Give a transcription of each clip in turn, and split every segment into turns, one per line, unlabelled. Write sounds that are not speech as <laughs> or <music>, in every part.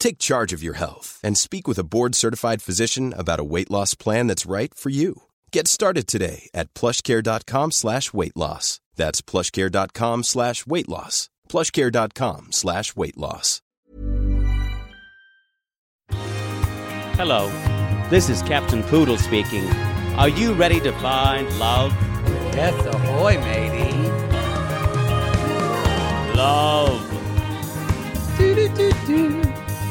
Take charge of your health and speak with a board-certified physician about a weight loss plan that's right for you. Get started today at plushcare.com slash weight loss. That's plushcare.com slash weight loss. plushcare.com slash weight loss.
Hello, this is Captain Poodle speaking. Are you ready to find love?
Yes, ahoy, matey.
Love.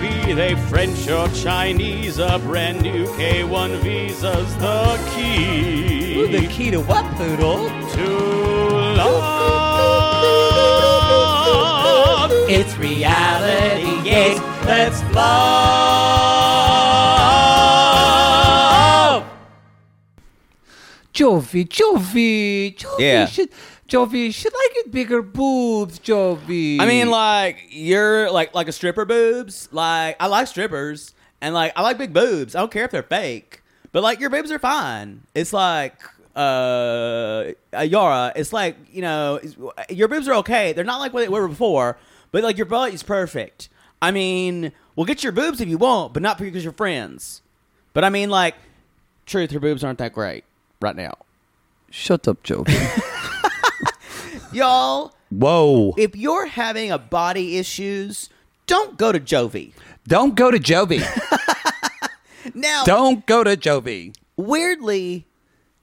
Be they French or Chinese, a brand new K1 visa's the key
Ooh, the key to what, poodle?
to love.
It's reality, yes. Let's
love.
Jovi, Jovi, Jovi,
Yeah.
should, Jovi, should I get bigger boobs, Jovi?
I mean, like you're like like a stripper boobs. Like I like strippers, and like I like big boobs. I don't care if they're fake, but like your boobs are fine. It's like uh Yara. It's like you know it's- your boobs are okay. They're not like what they were before, but like your butt is perfect. I mean, we'll get your boobs if you want, but not because you're friends. But I mean, like, truth, her boobs aren't that great right now,
shut
<laughs>
up, Jovi.
y'all.
Whoa!
If you're having a body issues, don't go to Jovi.
Don't go
<laughs>
to Jovi.
Now,
Don't go to Jovi.
weirdly,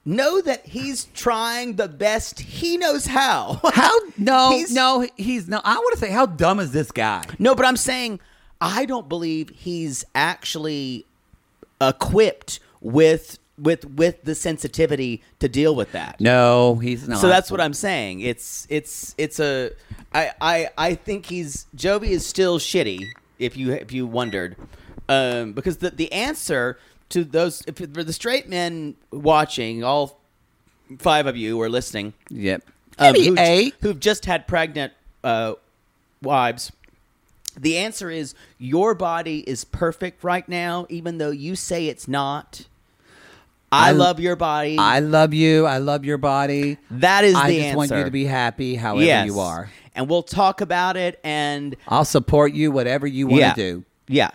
know that he's trying the best he knows how. <laughs>
How? No,
He's-
no, he's no. I want to say, how dumb is this guy?
no, but I'm saying I don't believe he's actually equipped with with with the sensitivity to deal with that.
No, he's not.
So that's what I'm saying. It's it's it's a I I I think he's Jovi is still shitty. If you if you wondered, um, because the the answer to those if, for the straight men watching, all five of you are listening,
Yep.
um,
Maybe
who,
eight.
who've just had pregnant uh, wives. The answer is your body is perfect right now, even though you say it's not. I,
I-
love your body.
I love you. I love your body.
that is the
I just
answer.
want you to be happy, however you are.
And we'll talk about it and
I'll support you, whatever you want to
yeah.
do.
Yeah.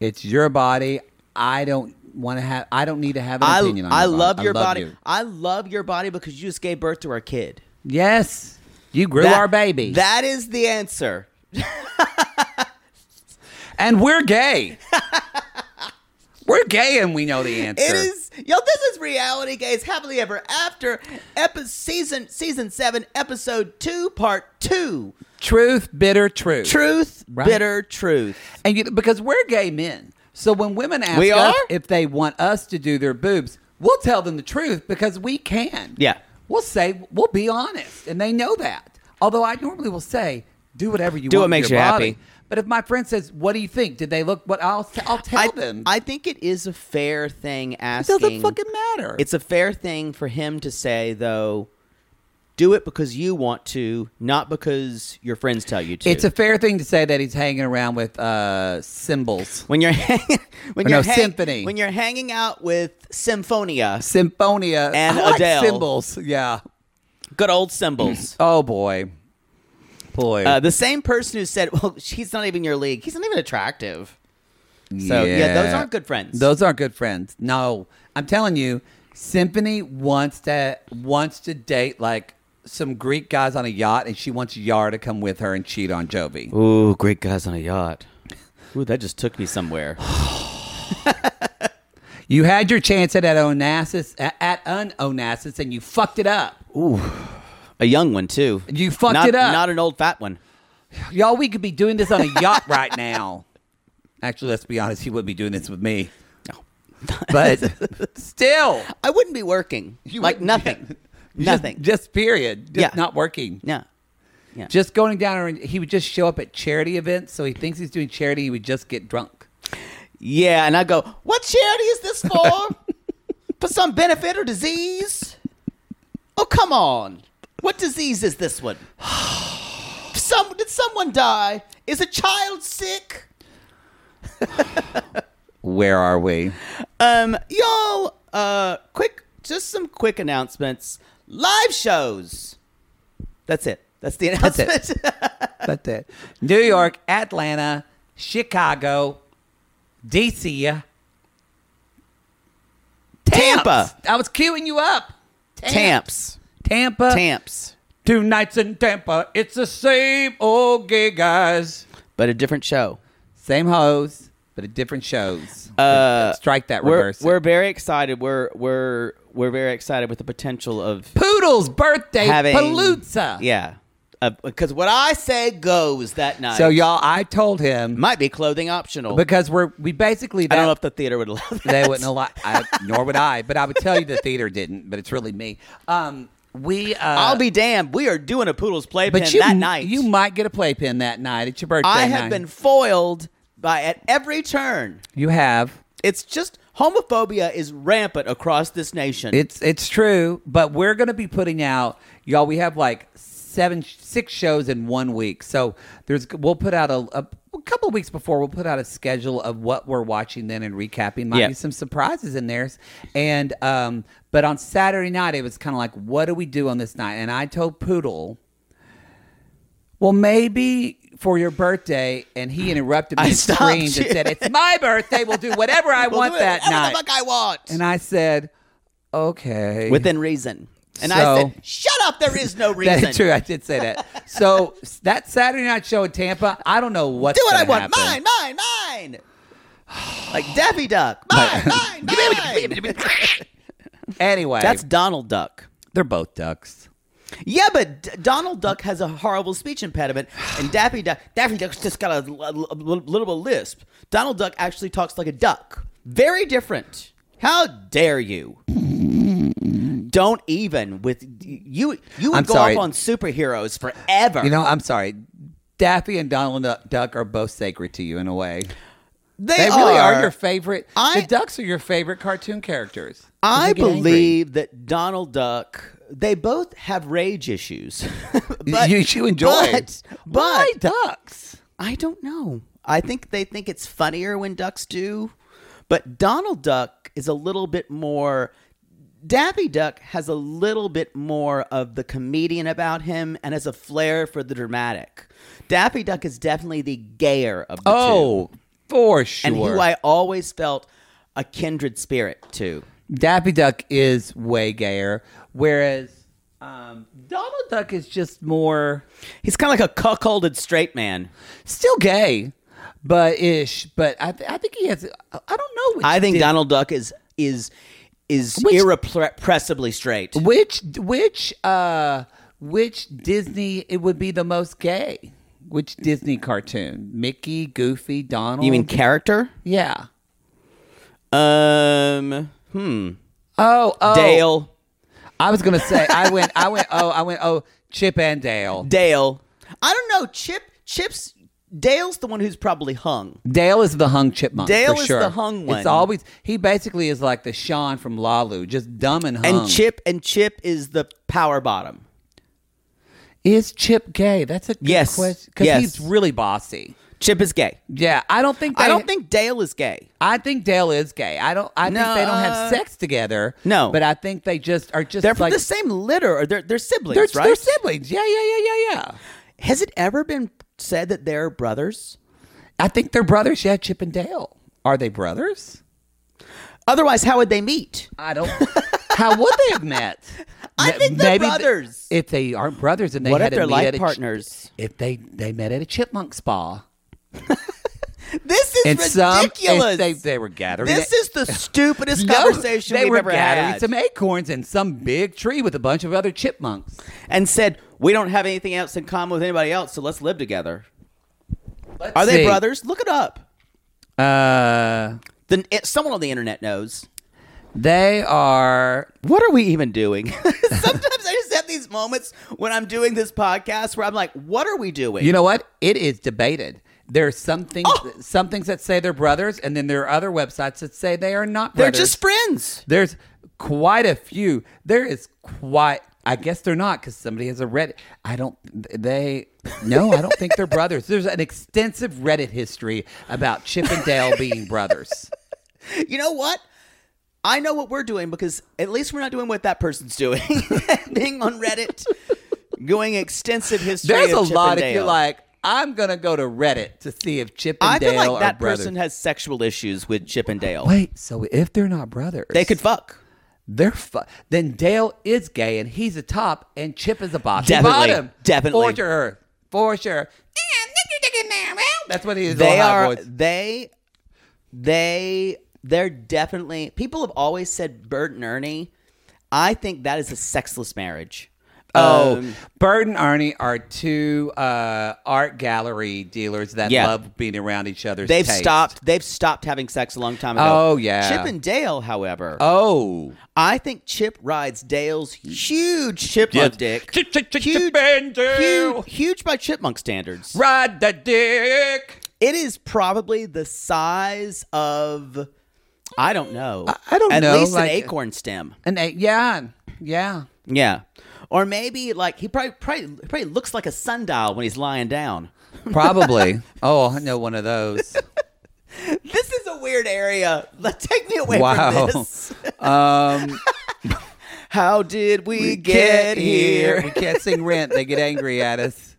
It's your body. I don't want to have. I don't need to have an
I,
opinion on.
I
your body.
love your
I love
body.
you.
I love your body because you just gave birth to our kid.
Yes, you grew
That-
our baby,
That is the answer.
<laughs> and
<laughs>
we're gay. we're gay, and we know the answer.
It is yo. This is reality gays happily ever after. Epi- season season seven episode two part two.
truth, bitter truth.
Truth,
Right.
bitter truth.
And you, because we're gay men, so when women ask
We
us
are?
if they want us to do their boobs, we'll tell them the truth because we can.
Yeah.
we'll say we'll be honest, and they know that. Although I normally will say, "Do whatever you
Do
want
what
with
makes
your
you
body."
happy.
But if my friend says, "What do you think? Did they look?" What I'll t- I'll tell
I,
them.
I think it is a fair thing
it
asking.
doesn't fucking matter.
It's a fair thing for him to say, though. do it because you want to, not because your friends tell you to.
It's a fair thing to say that he's hanging around with uh, cymbals.
when you're <laughs> hang- when
Or
you're
no, symphony.
when you're hanging out with Symphonia,
Symphonia
And
I like
Adele.
cymbals. Yeah.
good old symbols.
<clears throat> Oh boy, boy.
Uh, the same person who said, "Well, <laughs> she's not even your league. He's not even attractive." So yeah, those aren't good friends.
Those aren't good friends. No, I'm telling you, Symphony wants to wants to date like some Greek guys on a yacht, and she wants Yar to come with her and cheat on Jovi.
Ooh, great guys on a yacht. Ooh, that just took me somewhere. <sighs>
You had your chance at, at Onassis at, at an Onassis, and you fucked it up.
A young one too.
You fucked
Not-
it up.
Not an old fat one.
Y'all, we could be doing this on
<laughs>
a yacht right now. Actually, let's be honest, he wouldn't be doing this with me. No,
<laughs>
but still,
I wouldn't be working. like nothing. nothing.
<laughs> Just, just period. Just
Yeah.
not working.
yeah.
just going down and he would just show up at charity events so he thinks he's doing charity he would just get drunk
Yeah, and I go, what charity is this
<laughs>
for? for some benefit or disease? Oh, come on. What disease is this one? <sighs> some did someone die? Is a child sick?
where are we
Um, y'all, uh, quick, just some quick announcements. Live shows. That's it. That's the
That's it.
announcement. <laughs>
but that new york atlanta chicago dc
Tampa.
i was queuing you up
Tamps.
tampa
Tamps.
two nights in tampa it's the same old gay guys
But a different show.
same hoes but at different shows uh, <laughs> strike that
We're,
reverse it.
we're very excited. We're we're we're very excited with the potential of
poodle's birthday
having
palooza
Yeah, because what I say goes that night.
so y'all i told him
might be clothing optional.
because we're we basically
I
that-
don't know if the theater would allow that.
they wouldn't allow I, nor would I but I would tell you the theater didn't but it's really me um we uh,
I'll be damned. We are doing a poodle's playpen
but you,
that night.
you might get a playpen that night it's your birthday
I have
night.
been foiled by at every turn.
you have
It's just homophobia is rampant across this nation.
it's it's true but we're gonna be putting out y'all we have like seven six shows in one week so there's we'll put out a, a, a couple weeks before we'll put out a schedule of what we're watching then and recapping might
Yeah.
be some surprises in there and um but on Saturday night it was kind of like what do we do on this night and I told Poodle. Well, maybe for your birthday, and he interrupted
I
me and
stopped
screamed and
you.
said, It's my birthday. <laughs> We'll do whatever
<laughs>
I
We'll
want
do it
that
whatever
night.
the fuck I want
and I said, Okay.
within reason. And I
So- <laughs>
said, "Shut up! There is no reason.
That's true. I did
<laughs>
say that. So that Saturday night show in Tampa, I don't know what's
Do what I
gonna
want.
happen.
Mine, mine, mine.
<laughs>
Like Daffy Duck. Mine, mine, mine.
<laughs> Anyway,
That's Donald Duck.
they're both ducks.
Yeah, but D- Donald Duck has a horrible speech impediment, and <sighs> Daffy Duck, Daffy Duck's just got a, l- l- little bit of lisp. Donald Duck actually talks like a duck. Very different. How dare you? Don't even with you. You would
I'm
go
sorry.
off on superheroes forever.
You know, I'm sorry. Daffy and Donald Du- Duck are both sacred to you in a way.
they,
They really are your favorite.
I-
the ducks are your favorite cartoon characters.
I
They get angry.
believe that Donald Duck. They both have rage issues. <laughs> but,
you, you enjoy.
But,
Why
but
ducks?
I don't know. I think they think it's funnier when ducks do, but Donald Duck is a little bit more. Daffy Duck has a little bit more of the comedian about him and has a flair for the dramatic. Daffy Duck is definitely the gayer of the two,
Oh, for sure.
and who I always felt a kindred spirit to.
Daffy Duck is way gayer, whereas um, Donald Duck is just more.
He's kind of like a cuckolded straight man.
still gay, but ish. But I, th- I think he has. I I don't know. Which
I think
di-
Donald Duck is is is
Which-
irrepressibly straight.
which which uh which Disney it would be the most gay. Which Disney cartoon? Mickey, Goofy, Donald.
You mean character?
yeah?
Um, hmm.
Oh, oh.
Dale,
I was gonna say. I went. I went. Oh, I went. Oh, Chip and Dale.
Dale. I don't know. Chip, Chip's Dale's the one who's probably hung.
Dale is the hung chipmunk.
Dale
for
is
sure.
the hung one.
It's always he basically is like the Sean from Lalu, just dumb and hung.
And Chip and Chip is the power bottom.
Is Chip gay? That's a good
Yes.
question because
Yes.
he's really bossy.
Chip is gay.
Yeah, I don't think
I
they-
don't think Dale is gay.
I think Dale is gay. I don't. I think they don't have
No.
sex together.
No.
but I think they just are just
They're from
like
the same litter, or they're, they're siblings,
they're,
right?
they're siblings. Yeah, yeah, yeah, yeah, yeah.
Has it ever been said that they're brothers?
I think they're brothers. Yeah, Chip and Dale. Are they brothers?
Otherwise, how would they meet?
I don't. how would they have met?
<laughs> I
Ma-
think they're
maybe th-
brothers.
if they aren't brothers, and they
What
had
if
to
they're
meet
life
at a ch-
partners?
if they they met at a chipmunk spa,
<laughs> This is
and some if
ridiculous.
they they were gathering.
this is the
<laughs>
stupidest
No,
conversation
they
we've
were
ever
gathering
had.
some acorns in some big tree with a bunch of other chipmunks.
and said, "We don't have anything else in common with anybody else, so let's live together."
Let's
Are they
see.
brothers? Look it up.
Uh,
Then it, someone on the internet knows.
they are.
What are we even doing? Sometimes I just have these moments when I'm doing this podcast where I'm like, "What are we doing?"
<laughs> You know what? It is debated. There are some things,
Oh!
some things that say they're brothers, and then there are other websites that say they are not.
they're
brothers.
just friends.
There's quite a few. There is quite. I guess they're not because somebody has a Reddit. I don't. They no. I don't think they're brothers. <laughs> There's an extensive Reddit history about Chip and Dale being brothers.
You know what? I know what we're doing because at least we're not doing what that person's doing. <laughs> Being on Reddit, going extensive <laughs> history.
There's
of
a
Chip
lot.
and
If you're
Dale.
like, I'm gonna go to Reddit to see if Chip and
I
Dale
feel like
are
that
brothers.
person has sexual issues with Chip and Dale.
Wait. So if they're not brothers,
They could fuck.
They're fu- then Dale is gay and he's a top and Chip is a bossy
Definitely.
bottom.
Definitely.
for sure, for sure. That's what he is.
they
all high
are
voice.
they they they're definitely people have always said Bert and Ernie. I think that is a sexless marriage.
Oh,
Um,
Bird and Arnie are two uh, art gallery dealers that
Yeah.
love being around each other's.
they've
taste.
stopped they've stopped having sex a long time ago.
Oh, yeah.
Chip and Dale, however,
Oh,
I think Chip rides Dale's huge chipmunk dick.
Chip, chip, chip,
huge,
Chip and Dale.
huge, huge by chipmunk standards.
ride the dick.
It is probably the size of I don't know.
I don't
At
know,
least
like-
an acorn stem.
And they, yeah, yeah.
Yeah. Or maybe like he probably probably, probably looks like a sundial when he's lying down. <laughs>
Probably. oh, I know one of those.
This is a weird area. Let- Take me away
Wow.
from this.
<laughs> Um,
<laughs> How did we, get,
We
here?
can't sing rent. They get angry at
<laughs>
us.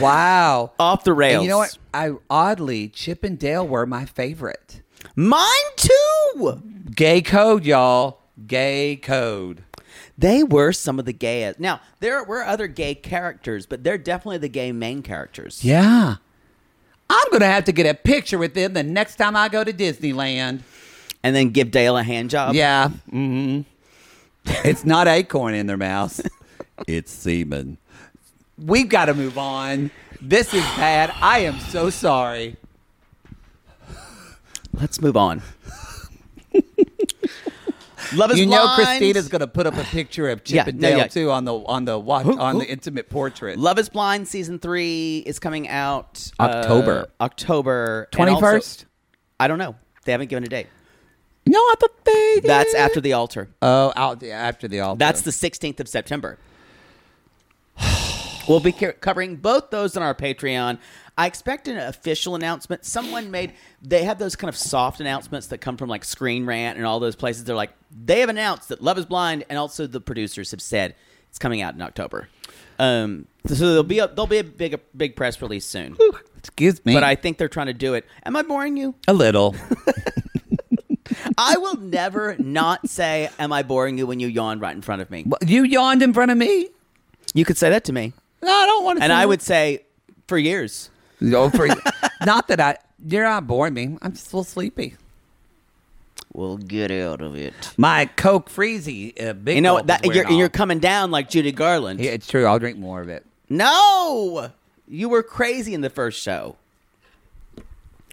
Wow.
Off the rails.
And you know what? I oddly Chip and Dale were my favorite.
Mine too.
Gay code, y'all. Gay code.
They were some of the gayest. Now there were other gay characters, but they're definitely the gay main characters.
<laughs> Yeah. I'm gonna have to get a picture with them the next time I go to Disneyland.
And then give Dale a hand job.
Yeah. hmm It's not acorn in their mouth. It's semen. We've got to move on. This is bad. I am so sorry.
Let's move
<laughs>
on. Love is
you know
blind.
Christina's going to put up a picture of Chip
Yeah,
and
no,
Dale
yeah.
too on the on the watch on the intimate portrait.
Love is Blind season three is coming out uh,
October.
October and
Twenty
also-
first.
I don't know. They haven't given a date.
No, I thought they. Did.
That's after the altar.
Oh, out the, after the altar.
That's the 16th of September. <sighs> We'll be ca- covering both those on our Patreon. I expect an official announcement. Someone made, they have those kind of soft announcements that come from like Screen Rant and all those places. They're like, they have announced that Love is Blind, and also the producers have said it's coming out in October. Um, so there'll be a, there'll be a big a big press release soon.
excuse me,
but I think they're trying to do it. Am I boring you?
a little.
<laughs>
<laughs>
I will never not say, "Am I boring you?" when you yawn right in front of me.
you yawned in front of me.
You could say that to me,
No, I don't want to.
and I would say, for years.
No, Oh, for, <laughs> not that I. You're not boring me. I'm just a little sleepy.
We'll get out of it.
My Coke Freezy, uh, big.
You know
gulp
that
is
you're,
wearing
you're
off.
coming down like Judy Garland.
Yeah, it's true. I'll drink more of it.
No, you were crazy in the first show.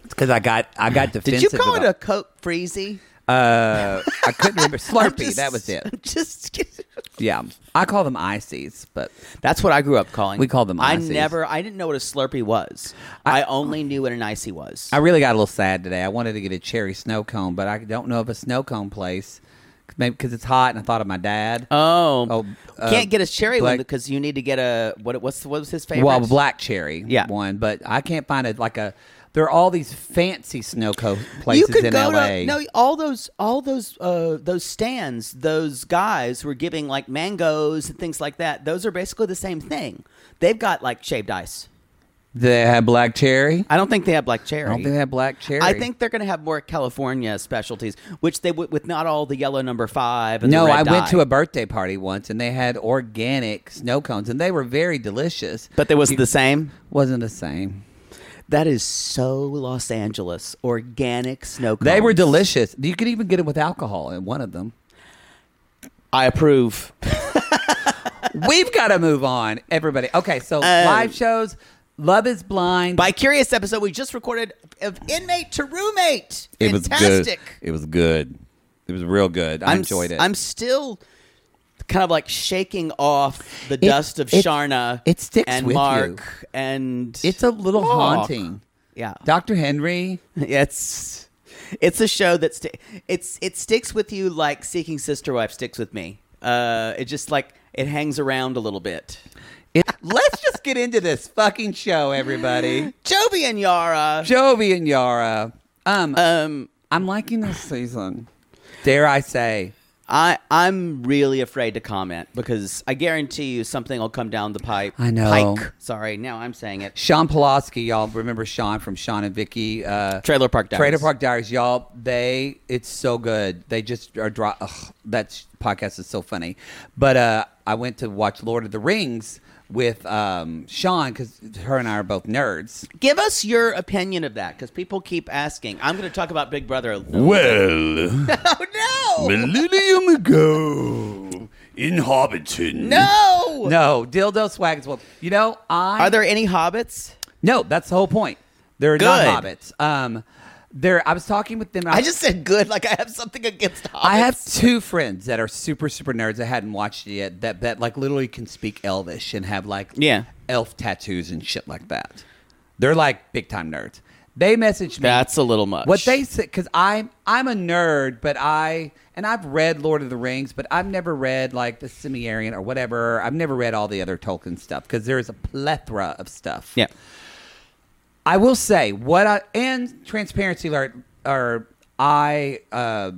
It's because I got I
<sighs>
got
Did
defensive.
you call it a
about-
Coke Freezy?
Uh, I
<laughs>
couldn't remember Slurpee.
Just-
that was
<laughs>
it.
Just kidding.
Yeah, I call them ices, but
That's what I grew up calling.
We called them
I
ices.
never. I didn't know what a Slurpee was. I, only knew what an icy was.
I really got a little sad today. I wanted to get a cherry snow cone, but I don't know of a snow cone place maybe because it's hot, and I thought of my dad.
Oh,
Oh, uh,
can't get a cherry one
black-
because you need to get a what? What's what was his favorite?
well, black cherry,
Yeah.
one, but I can't find it. Like a, there are all these fancy snow co- places in L.A.
to no all those all those uh, those stands. Those guys were giving like mangoes and things like that. Those are basically the same thing. They've got like shaved ice.
they have black cherry.
I don't think they have black cherry.
I don't think they have black cherry.
I think they're going to have more California specialties, which they would with not all the yellow number five. And the
No,
red
I went
dye.
to a birthday party once, and they had organic snow cones, and they were very delicious.
but they was the same.
wasn't the same.
That is so Los Angeles organic snow. Cones.
They were delicious. You could even get it with alcohol in one of them.
I approve.
<laughs> We've got to move on, everybody. Okay, so
Um,
live shows, Love is Blind.
Uh, By curious episode we just recorded of inmate to roommate.
It was
Fantastic.
good. It was good. It was real good. I
I'm
enjoyed
s-
it. <laughs>
I'm still kind of like shaking off the dust of
it-
Sharna.
it sticks
and
with you.
Mark and
it's a little
Mark.
haunting.
Yeah.
Dr. Henry.
<laughs> It's it's a show that's it's it sticks with you like Seeking Sister Wife sticks with me. Uh, it just like it hangs around a little bit.
It- let's just get into this fucking show, everybody.
Joby and Yara.
Jovi and Yara. Um,
Um,
I'm liking this season. Dare I say?
I I'm really afraid to comment because I guarantee you something will come down the pipe.
I know.
Pike. Sorry, now I'm saying it.
Sean Pulaski, y'all remember Sean from Sean and Vicky. Uh,
Trailer Park Diaries.
Trailer Park Diaries, y'all. They, it's so good. They just are dry. Ugh, that podcast is so funny. But uh, I went to watch Lord of the Rings with um, Sean because her and I are both nerds.
Give us your opinion of that because people keep asking. I'm going to talk about Big Brother. A little
Well,
<laughs> Oh no!
millennium ago in
Mm-hmm.
Hobbiton.
No.
No, dildo swag as well. You know, I
Are there any hobbits?
no. That's the whole point. They're not
Good.
hobbits. Um, there. I was talking with them.
I just said good. Like I have something against hobbits.
I have two friends that are super super nerds that hadn't watched it yet that that like literally can speak Elvish and have like
Yeah.
elf tattoos and shit like that. They're like big time nerds. They messaged me.
That's a little much.
What they said because I'm I'm a nerd, but I and I've read Lord of the Rings, but I've never read like the Cimmerian or whatever. I've never read all the other Tolkien stuff because there is a plethora of stuff.
Yeah.
I will say what I and transparency alert are I uh,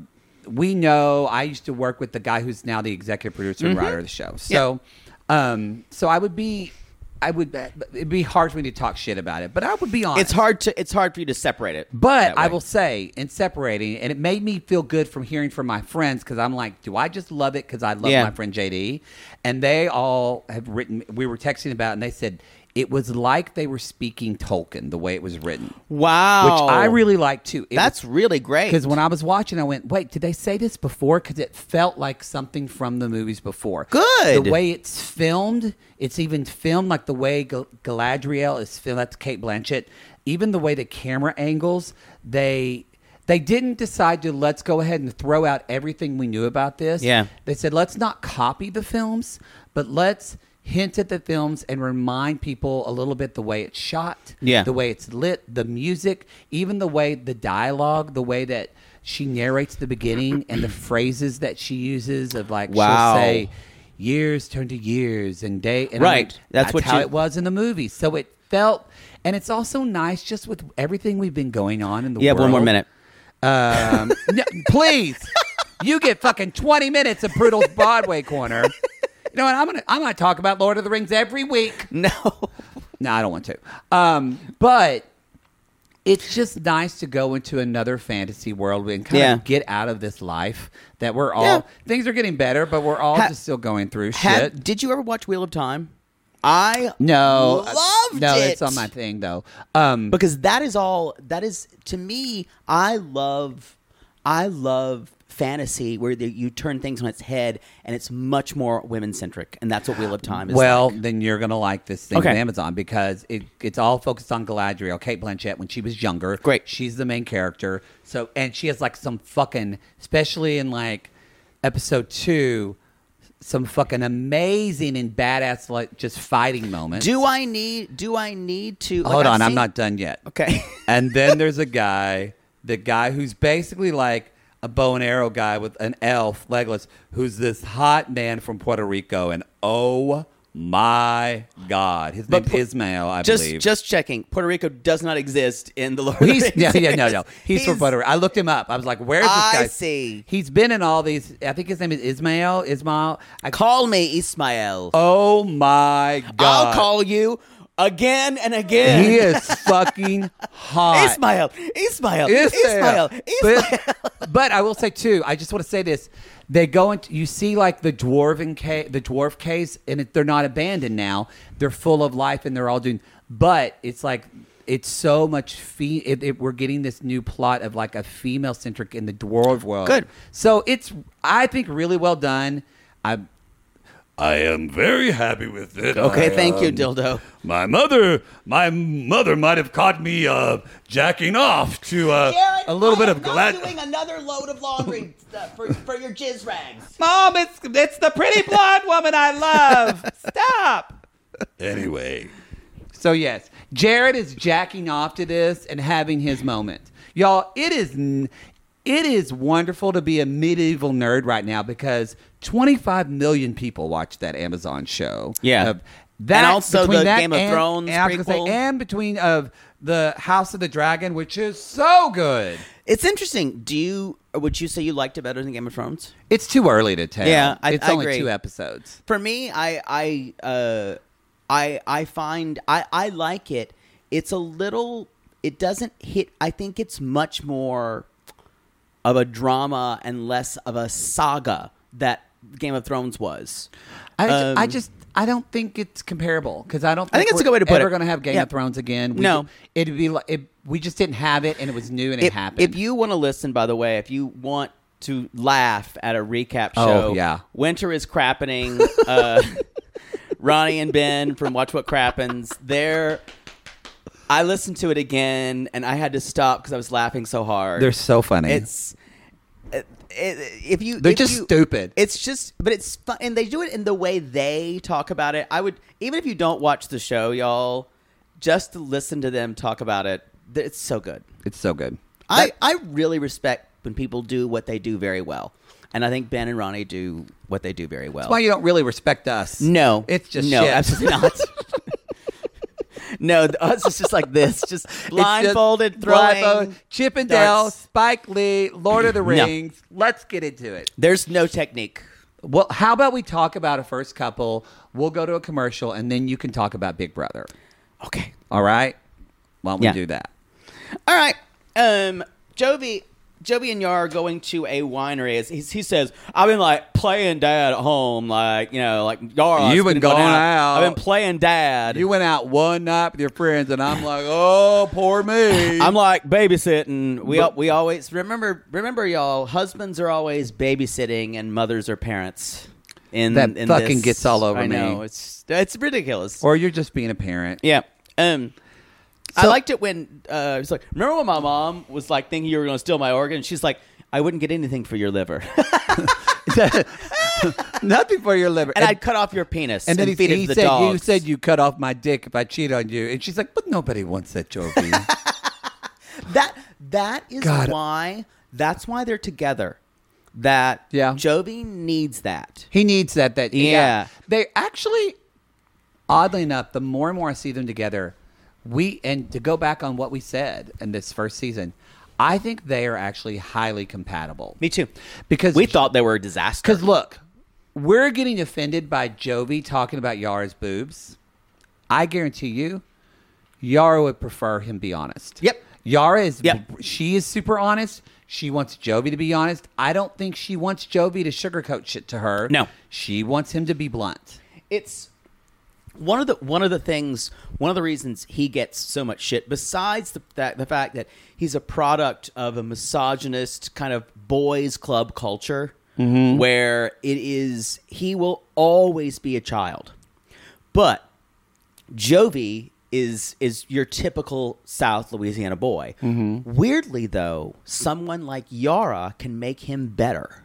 we know I used to work with the guy who's now the executive producer
Mm-hmm.
and writer of the show. So um so I would be I would it'd be hard for me to talk shit about it, but I would be honest.
It's hard to. It's hard for you to separate it.
But
that
I
way.
will say, in separating, and it made me feel good from hearing from my friends because I'm like, do I just love it because I love
Yeah.
my friend JD? And they all have written, we were texting about it, and they said it was like they were speaking Tolkien the way it was written.
Wow.
Which I really like too. It
That's
was,
really great.
because when I was watching, I went, "Wait, did they say this before?" Because it felt like something from the movies before.
Good.
The way it's filmed, it's even filmed like the way Gal- Galadriel is filmed. That's Kate Blanchett. Even the way the camera angles, they they didn't decide to let's go ahead and throw out everything we knew about this.
Yeah.
They said, let's not copy the films, but let's hint at the films and remind people a little bit the way it's shot,
Yeah.
the way it's lit, the music, even the way the dialogue, the way that she narrates the beginning
<clears throat>
and the phrases that she uses of like
Wow.
she'll say years turn to years and day and I'm
Right.
like,
That's what
how
you-
it was in the movie. So it felt and it's also nice just with everything we've been going on in the
you have
world.
one more minute.
Um, no, please, you get fucking twenty minutes of Brutal's Broadway corner. You know what? I'm gonna I'm gonna talk about Lord of the Rings every week.
No.
No, I don't want to. Um, but it's just nice to go into another fantasy world and kind
Yeah.
of get out of this life that we're all
Yeah.
things are getting better, but we're all
Ha-
just still going through
Have-
shit.
did you ever watch <laughs> Wheel of Time? I
no, uh,
loved
no,
it.
it's on my thing though. Um,
because that is all that is to me i love i love fantasy where the, you turn things on its head and it's much more women-centric and that's what wheel of time is
Well,
like.
then you're gonna like this thing
Okay.
on Amazon because it it's all focused on Galadriel, Kate Blanchett when she was younger.
Great.
she's the main character. So and she has like some fucking, especially in like episode two, some fucking amazing and badass like just fighting moments.
do i need do i need to like,
Hold
I've
on, I'm
seen-
not done yet.
okay <laughs>
And then there's a guy, the guy who's basically like, a bow and arrow guy with an elf, Legolas, who's this hot man from Puerto Rico, and oh my god, his name's
Pu-
Ismail, I
just
believe.
just checking. Puerto Rico does not exist in the Lord. of
He's
the
yeah, yeah, no,
Rings.
no. He's, from Puerto Rico. I looked him up. I was like, "Where's this
I
guy?"
see.
He's been in all these. I think his name is Ismail. Ismail. I,
Call me Ismael.
oh my god!
I'll call you again and again.
He is
<laughs>
fucking hot.
Ismael, Ismael, Ismael,
Israel.
Ismael.
But, <laughs> but I will say too, I just want to say this: they go into you see like the dwarven cave, the dwarf caves, and it, they're not abandoned now. They're full of life, and they're all doing. But it's like it's so much. Fe- it, it, we're getting this new plot of like a female centric in the dwarf world.
Good.
So it's I think really well done. I
I am very happy with it.
Okay,
I,
thank you,
um,
dildo.
My mother, my mother might have caught me uh, jacking off to uh, a little bit of glad.
Oh, another load of
<laughs>
laundry for, for your jizz rags.
mom, it's it's the pretty blonde woman I <laughs> love. Stop.
Anyway,
So yes, Jared is jacking off to this and having his moment. Y'all, it is n- it is wonderful to be a medieval nerd right now because 25 million people watched that Amazon show.
Yeah.
Of- that,
And also
between
the
that
Game of
and-
Thrones
and, I was gonna
prequel.
say, and between of the House of the Dragon, which is so good.
It's interesting. Do you or would you say you liked it better than Game of Thrones?
It's too early to tell.
Yeah, I-
it's
I
only
agree.
two episodes.
For me, I I uh, I I find I I like it. It's a little. It doesn't hit. I think it's much more of a drama and less of a saga that Game of Thrones was.
I, ju-
Um,
I just I don't think it's comparable because I don't. Think
I think it's a good way to put
We're
it.
going to have Game
Yeah.
of Thrones again. We
No.
ju- it'd be like it, we just didn't have it, and it was new, and it,
if,
happened.
If you want to listen, by the way, if you want to laugh at a recap show,
Oh, yeah.
Winter is crappening.
<laughs>
uh, Ronnie and Ben from Watch What Crappens. They're. I listened to it again, and I had to stop because I was laughing so hard.
they're so funny.
It's it, it, if you
They're
if
just
you-
stupid.
It's just, but it's fun, and they do it in the way they talk about it. I would even if you don't watch the show, y'all, just to listen to them talk about it. th- It's so good.
it's so good.
I I really respect when people do what they do very well, and I think Ben and Ronnie do what they do very well.
That's why you don't really respect uh, us.
no,
it's just
no,
shit.
absolutely
<laughs>
not. no, the- us is just like this, just
It's just
blindfolded, throwing.
blindfolded. Chip and Dale,
darts.
Spike Lee, Lord of the
No.
Rings. Let's get into it.
There's no technique.
Well, how about we talk about a first couple? We'll go to a commercial, and then you can talk about Big Brother.
Okay.
All right? Why don't we
Yeah.
do that?
All right. Um, Jovi, Jovi and Yar are going to a winery. As he, he says, I've been like playing dad at home, like you know, like Yar.
You've been going out.
I've been playing dad.
You went out one night with your friends, and I'm
<laughs>
like, oh, poor me.
I'm like babysitting. We al- we always remember remember y'all. Husbands are always babysitting, and mothers are parents. In
That
in
fucking
this-
gets all over
I
me.
know it's it's ridiculous.
or you're just being a parent.
yeah. Um. I
So-
liked it when uh, it's like remember when my mom was like thinking you were going to steal my organ. She's like, I wouldn't get anything for your liver,
<laughs>
<laughs>
Nothing for your liver.
and I'd cut off your penis and,
and then he,
feed it
he
to the
said, "You
dogs."
said you cut off my dick if I cheat on you," and she's like, "But nobody wants that, <laughs> Jovi."
That that is
God.
why that's why they're together. That
Yeah.
Jovi needs that.
he needs that. That
Yeah.
They actually, oddly enough, the more and more I see them together, we and to go back on what we said in this first season, I think they are actually highly compatible.
Me too.
Because
We thought they were a disaster.
Because look, we're getting offended by Jovi talking about Yara's boobs. I guarantee you, Yara would prefer him be honest.
Yep.
Yara is.
Yep.
She is super honest. She wants Jovi to be honest. I don't think she wants Jovi to sugarcoat shit to her.
No.
She wants him to be blunt.
it's one of the one of the things one of the reasons he gets so much shit besides the that, the fact that he's a product of a misogynist kind of boys club culture where it is he will always be a child but Jovi is is your typical South Louisiana boy. Weirdly though, someone like Yara can make him better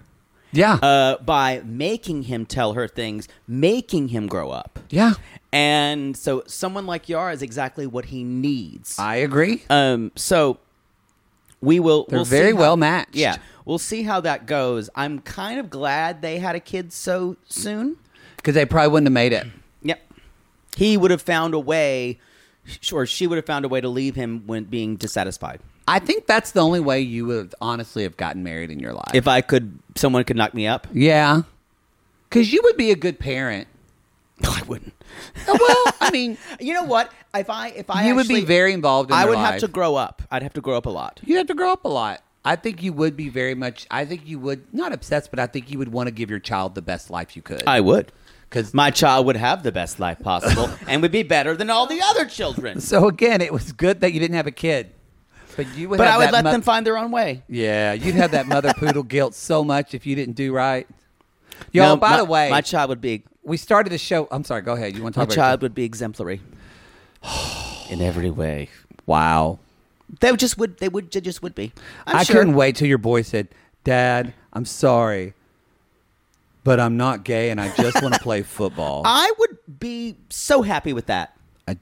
Yeah.
uh, by making him tell her things, making him grow up.
yeah.
And so someone like Yara is exactly what he needs.
I agree.
um, so we will.
They're
we'll see
very
how-
well matched.
Yeah, we'll see how that goes. I'm kind of glad they had a kid so soon.
because they probably wouldn't have made it.
Yep. He would have found a way, or she would have found a way to leave him when being dissatisfied.
I think that's the only way you would honestly have gotten married in your life.
If I could, someone could knock me up.
yeah, because you would be a good parent.
No, I wouldn't.
Oh, well,
<laughs>
I mean,
You know what? If I, if I,
you would be
actually-
very involved. in
I
their
would
life.
have to grow up. I'd have to grow up a lot.
You have to grow up a lot. I think you would be very much. I think you would not obsessed, but I think you would want to give your child the best life you could.
I would.
Because
My child would have the best life
<laughs>
possible and would be better than all the other children.
so again, it was good that you didn't have a kid, but you <laughs> would.
But
have
I would
that
let
mo-
them find their own way.
Yeah, you'd have that mother
<laughs>
poodle guilt so much if you didn't do right. Y'all,
No,
by
my-
the way,
my child would be
we started the show. I'm sorry. Go ahead. You want to
my
talk about your
child would be exemplary in every way.
Wow.
They would just would. They would. They just would be. I'm
I
sure.
couldn't wait till your boy said, "Dad, I'm sorry, but I'm not gay, and I just want to play <laughs> football. I,
I would be so happy with that.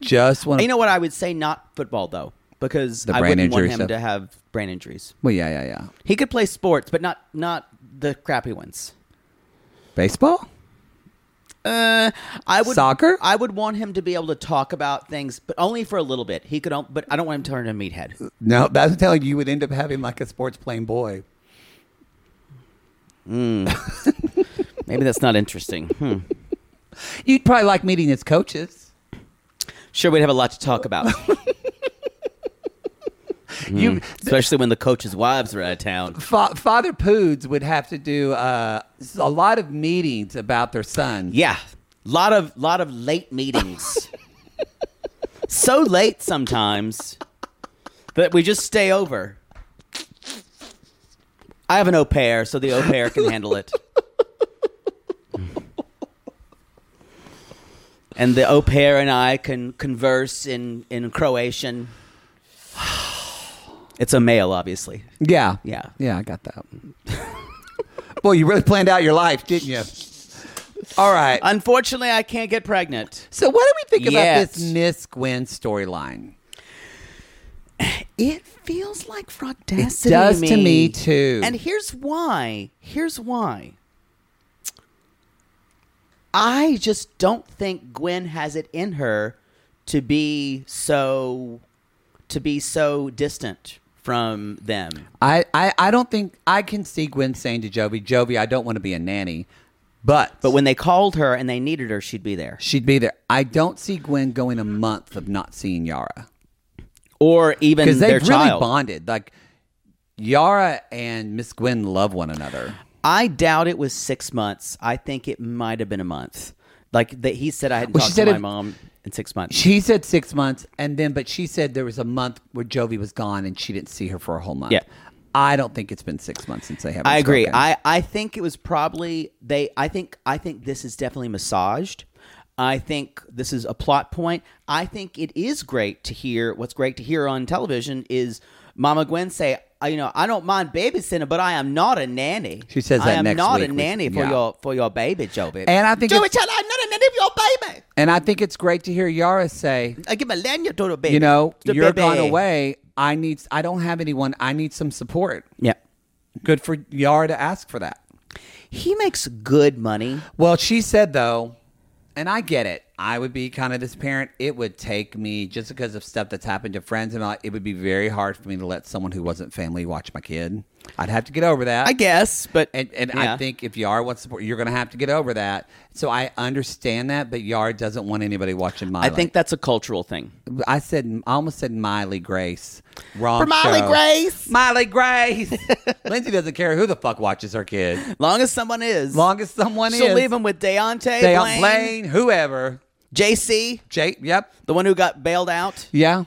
just want to."
You know what? I would say not football though, because
The
I
brain
wouldn't want
injury
him
stuff.
to have brain injuries.
well, yeah, yeah, yeah.
He could play sports, but not not the crappy ones.
Baseball.
Uh, I would
Soccer?
I would want him to be able to talk about things, but only for a little bit. He could, on- but I don't want him to turn into a meathead.
No, that's telling you would end up having like a sports playing boy.
Hmm. Maybe that's not interesting. Hmm.
You'd probably like meeting his coaches.
Sure, we'd have a lot to talk <laughs> about, Hmm.
You
especially when the coaches' wives are out of town.
fa- Father Poods would have to do uh, a lot of meetings about their son.
Yeah, lot of lot of late meetings. <laughs> so late sometimes that we just stay over. I have an au pair, so the au pair can handle it. And the au pair and I can converse in, in Croatian. It's a male, obviously.
Yeah.
Yeah.
Yeah, I got that. Boy, you really planned out your life, didn't you? All right.
Unfortunately, I can't get pregnant.
So, what do we think
Yes.
about this Miss Gwen storyline?
It feels like fraudacity.
It does to me, too.
And here's why. Here's why. I just don't think Gwen has it in her to be so to be so distant from them.
I, I, I don't think I can see Gwen saying to Jovi, Jovi, I don't want to be a nanny, but
But when they called her and they needed her, she'd be there.
she'd be there. I don't see Gwen going a month of not seeing Yara
Or even
because
their
they've really
child.
bonded. Like Yara and Miss Gwen love one another.
I doubt it was six months. I think it might have been a month. Like that he said I hadn't
Well, she
talked
said
to my
it-
mom in six months.
She said six months, and then but she said there was a month where Jovi was gone and she didn't see her for a whole month.
Yeah.
I don't think it's been six months since they haven't.
I agree.
spoken.
I, I think it was probably they. I think I think this is definitely massaged. I think this is a plot point. I think it is great to hear. What's great to hear on television is Mama Gwen say, "I- "You know, I don't mind babysitting, but I am not a nanny."
She says
"I
that
am
next
not
week.
a
We-
nanny for
yeah.
your for your baby, Joby."
And I think
Joby,
it's-
child, I'm not a nanny for your baby.
and I think it's great to hear Yara say,
I give a lanyard to the baby.
you know,
To
you're
baby."
gone away. I need. I don't have anyone. I need some support.
Yeah,
Good for Yara to ask for that.
he makes good money.
Well, she said though, and I get it. I would be kind of this parent. It would take me just because of stuff that's happened to friends and I, it would be very hard for me to let someone who wasn't family watch my kid. I'd have to get over that.
I guess, but
And, and I
yeah.
think if Yara wants support, you're going to have to get over that. So I understand that, but Yara doesn't want anybody watching Miley.
I think that's a cultural thing.
I said I almost said Miley Grace. Wrong.
For Miley
show.
Grace. <laughs>
Miley Grace. Lindsay doesn't care who the fuck watches her kid.
Long as someone is.
Long as someone
She'll
is.
leave him with Deontay,
They
Blaine,
Blaine, whoever.
JC,
Jake. Yep.
the one who got bailed out.
Yeah.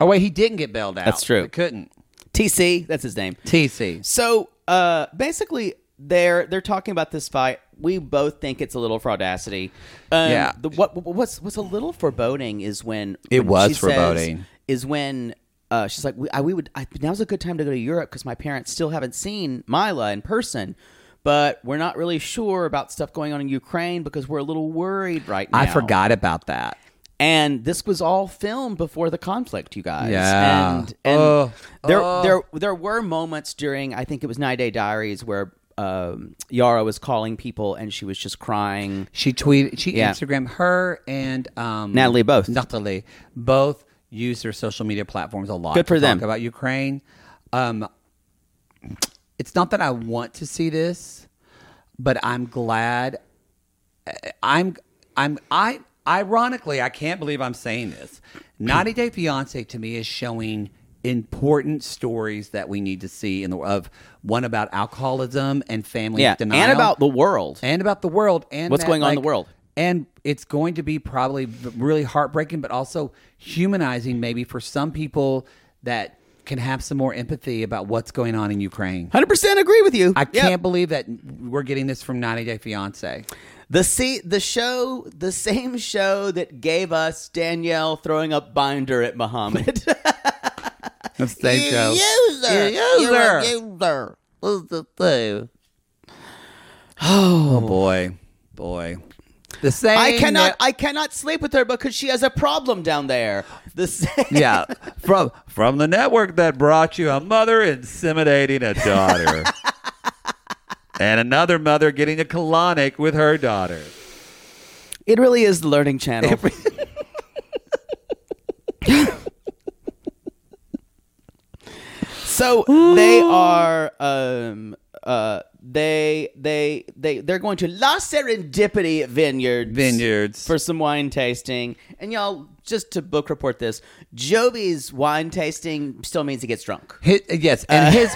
Oh wait, he didn't get bailed out.
That's true.
He couldn't.
TC, that's his name.
TC.
So uh, basically, they're they're talking about this fight. We both think it's a little fraudacity. Um,
Yeah.
The, what what's what's a little foreboding is when
It
when
was
she says-
foreboding.
is when. Uh, she's like, we, I, we would. I, now's a good time to go to Europe because my parents still haven't seen Mila in person, but we're not really sure about stuff going on in Ukraine because we're a little worried right now.
I forgot about that.
And this was all filmed before the conflict, you guys.
Yeah.
And, and
Ugh.
there,
Ugh.
there, there were moments during I think it was Nine Day Diaries where um, Yara was calling people and she was just crying.
She tweeted, she
Yeah.
Instagrammed her and um,
Natalie both.
Natalie both use their social media platforms a lot.
Good for
to
them.
Talk about Ukraine. Um, it's not that I want to see this, but I'm glad. I'm I'm I ironically I can't believe I'm saying this. 90 Day Fiance to me is showing important stories that we need to see in the of one about alcoholism and family
Yeah,
denial
and about the world.
and about the world and
What's
that,
going on in the
like-
world.
and it's going to be probably really heartbreaking but also humanizing maybe for some people that can have some more empathy about what's going on in ukraine
Hundred percent agree with you.
i
Yep.
can't believe that we're getting this from 90
<sighs>
day fiance
The see the show, the same show that gave us Danielle throwing a binder at Muhammad.
<laughs> that's the same show
user,
You're a
user.
oh boy boy the same
I cannot, I cannot sleep with her because she has a problem down there. The same.
yeah
From from the network that brought you a mother inseminating a
<laughs>
daughter. and another mother getting a colonic with her daughter.
It really is the Learning Channel. so they are um uh they they they they're going to La Serendipity Vineyards
Vineyards.
for some wine tasting. And y'all just to book report this, Joby's wine tasting still means he gets drunk. Uh,
His, yes,
<laughs>
and his.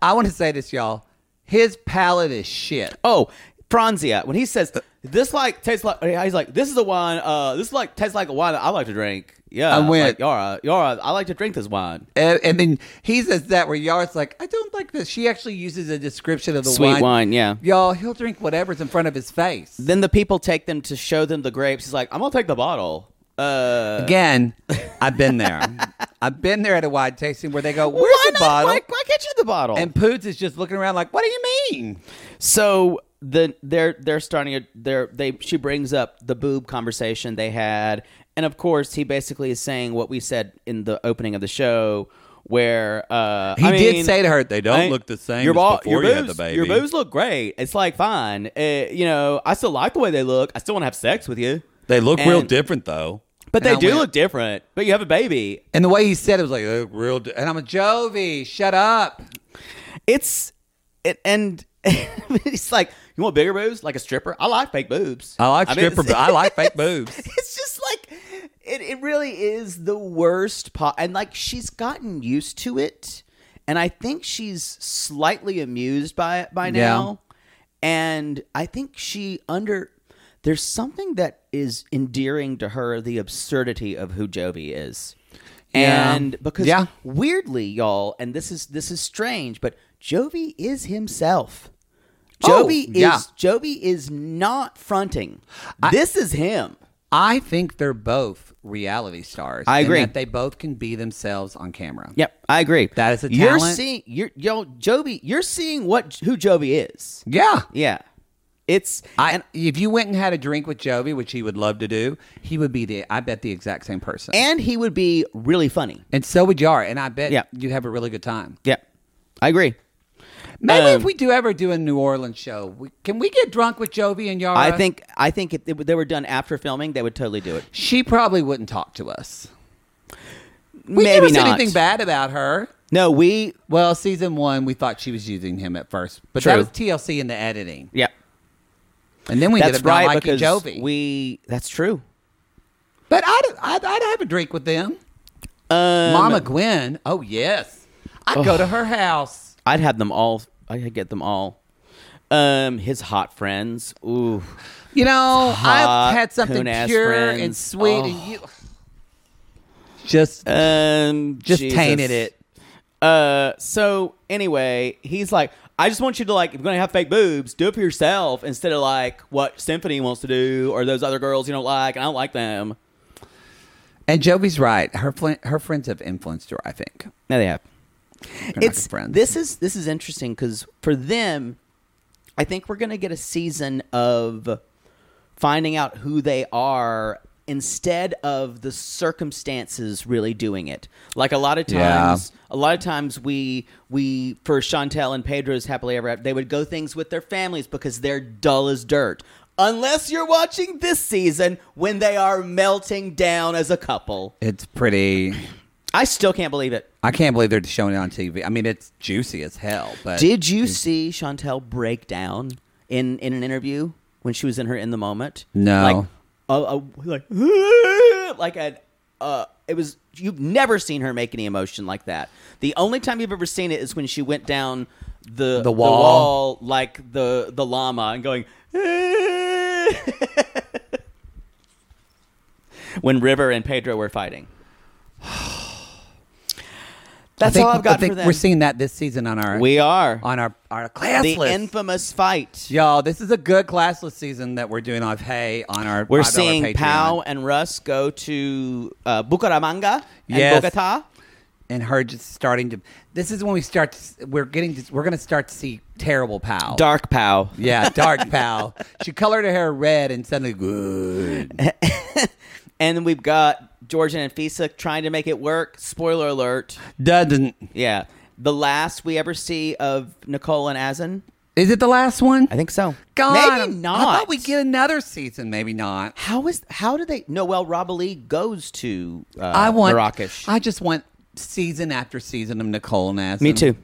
I want to say this, y'all. His palate is shit.
Oh, Franzia, when he says
This like tastes like he's like this is a wine. Uh, this like tastes like a wine I like to drink. Yeah,
I went-
like, Yara. Yara, I like to drink this wine.
And, and then he says that where Yara's like, I don't like this. She actually uses a description of the
Sweet wine, yeah.
Y'all, he'll drink whatever's in front of his face.
then the people take them to show them the grapes. He's like,
I'm gonna take the bottle. Uh,
Again, I've been
<laughs>
there. I've been there at a wine tasting where they go, "Where's
why
the
not?
bottle?"
Why, why can't you the bottle?
and Poots is just looking around like, "What do you mean?"
So the they're they're starting a they're they she brings up the boob conversation they had, and of course he basically is saying what we said in the opening of the show, where uh,
He
I
did
mean,
say to her,
They don't
ain't-
look the same
Your,
as
bo-
before
your
you had
boobs,
the baby.
your boobs look great. It's like fine. Uh, you know, I still like the way they look. I still want to have sex with you,
they look real
and-
different though.
but
And
they
I
do
went-
look different. But you have a baby.
And the way he said it was like, "They look "Real," di-" and I'm a Jovi. Shut up.
It's it, and <laughs> it's like you want bigger boobs, like a stripper. I like fake boobs.
I like
mean,
stripper.
it's-
I like
<laughs>
fake boobs.
it's just like it, it really is the worst po- and like she's gotten used to it and i think she's slightly amused by it by now and i think she under there's something that is endearing to her the absurdity of who jovi is
Yeah.
and because
Yeah.
weirdly y'all and this is this is strange but jovi is himself
Oh,
jovi is
yeah.
jovi is not fronting this is him
I think they're both reality stars.
I
and
agree.
that they both can be themselves on camera.
Yep, I agree.
That is a
You're
talent.
seeing you're yo Joby. You're seeing what who Joby is.
Yeah.
Yeah, it's
I, if you went and had a drink with Jovi, which he would love to do, he would be the I bet the exact same person.
and he would be really funny.
And so would Yara, and I bet
Yeah.
you'd have a really good time.
Yeah, I agree.
Maybe
Um,
if we do ever do a New Orleans show, we, can we get drunk with Jovi and Yara?
I think I think if they were done after filming, they would totally do it.
she probably wouldn't talk to us.
Maybe
We never said
not.
anything bad about her.
No, we.
Well, season one, we thought she was using him at first, but that
True.
was TLC in the editing,
Yeah,
and then we
that's
ended up
right.
not liking
because
Jovi.
we. That's true.
But I'd, I'd, I'd have a drink with them.
Um,
Mama Gwen. Oh, yes. I'd go to her house.
I'd have them all. I'd get them all. Um, his hot friends. Ooh,
You know,
Hot,
I've had something
coon-ass
pure
friends. Oh.
and sweet. And you just,
uh,
um,
just
Jesus.
tainted it.
Uh, so anyway, he's like, I just want you to like, if you're gonna have fake boobs, do it for yourself instead of like what Symphony wants to do or those other girls you don't like, and I don't like them.
And Jovi's right. Her fl- her friends have influenced her, I think.
No, they have.
They're not
it's
good friends.
this is this is interesting because for them, I think we're gonna get a season of finding out who they are instead of the circumstances really doing it. Like a lot of
Yeah.
times, a lot of times we we for Chantel and Pedro's happily ever after, they would go things with their families because they're dull as dirt. Unless you're watching this season when they are melting down as a couple.
It's pretty.
I still can't believe it.
I can't believe they're showing it on TV. I mean, it's juicy as hell. But
Did you see Chantel break down in, in an interview when she was in her in the moment?
No.
Like, uh, uh, <laughs> like, like an, uh, it was, you've never seen her make any emotion like that. The only time you've ever seen it is when she went down the,
The wall.
wall like the, the llama and going, <laughs> when River and Pedro were fighting.
<sighs>
That's
I think,
all I've got
I think
for them.
We're seeing that this season on our
we are
on our our class
the
list.
infamous fight.
Y'all, this is a good classless season that we're doing off Hey on our.
We're
$5
seeing
Patreon.
Pau and Russ go to uh, Bucaramanga and
Yes.
Bogota.
and her just starting to. This is when we start. To, s- we're getting. To, we're going to start to see terrible Pal.
Dark Pau.
Yeah,
<laughs>
dark Pal. she colored her hair red and suddenly good.
<laughs> And we've got Georgian and Fisa trying to make it work. Spoiler alert.
Doesn't.
Yeah. The last we ever see of Nicole and Asin.
Is it the last one?
I think so.
God,
Maybe
I-
not.
I thought we get another season. Maybe not.
How is how do they No, well Robbie goes to uh,
I want
Marrakesh.
I just want season after season of Nicole Nass.
Me too.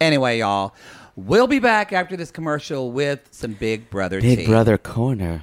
Anyway, y'all, we'll be back after this commercial with some Big Brother
Big
tea.
Brother Corner.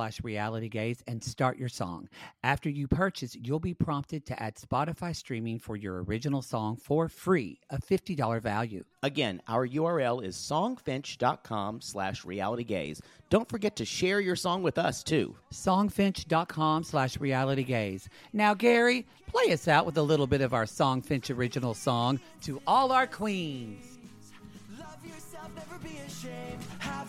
slash reality gaze and start your song. After you purchase, you'll be prompted to add Spotify streaming for your original song for free, a $50 value.
Again, our URL is songfinch.com slash reality gaze. Don't forget to share your song with us too.
Songfinch.com slash reality gaze. Now, Gary, play us out with a little bit of our Songfinch original song to all our queens.
<laughs>
Love yourself, never be ashamed. Have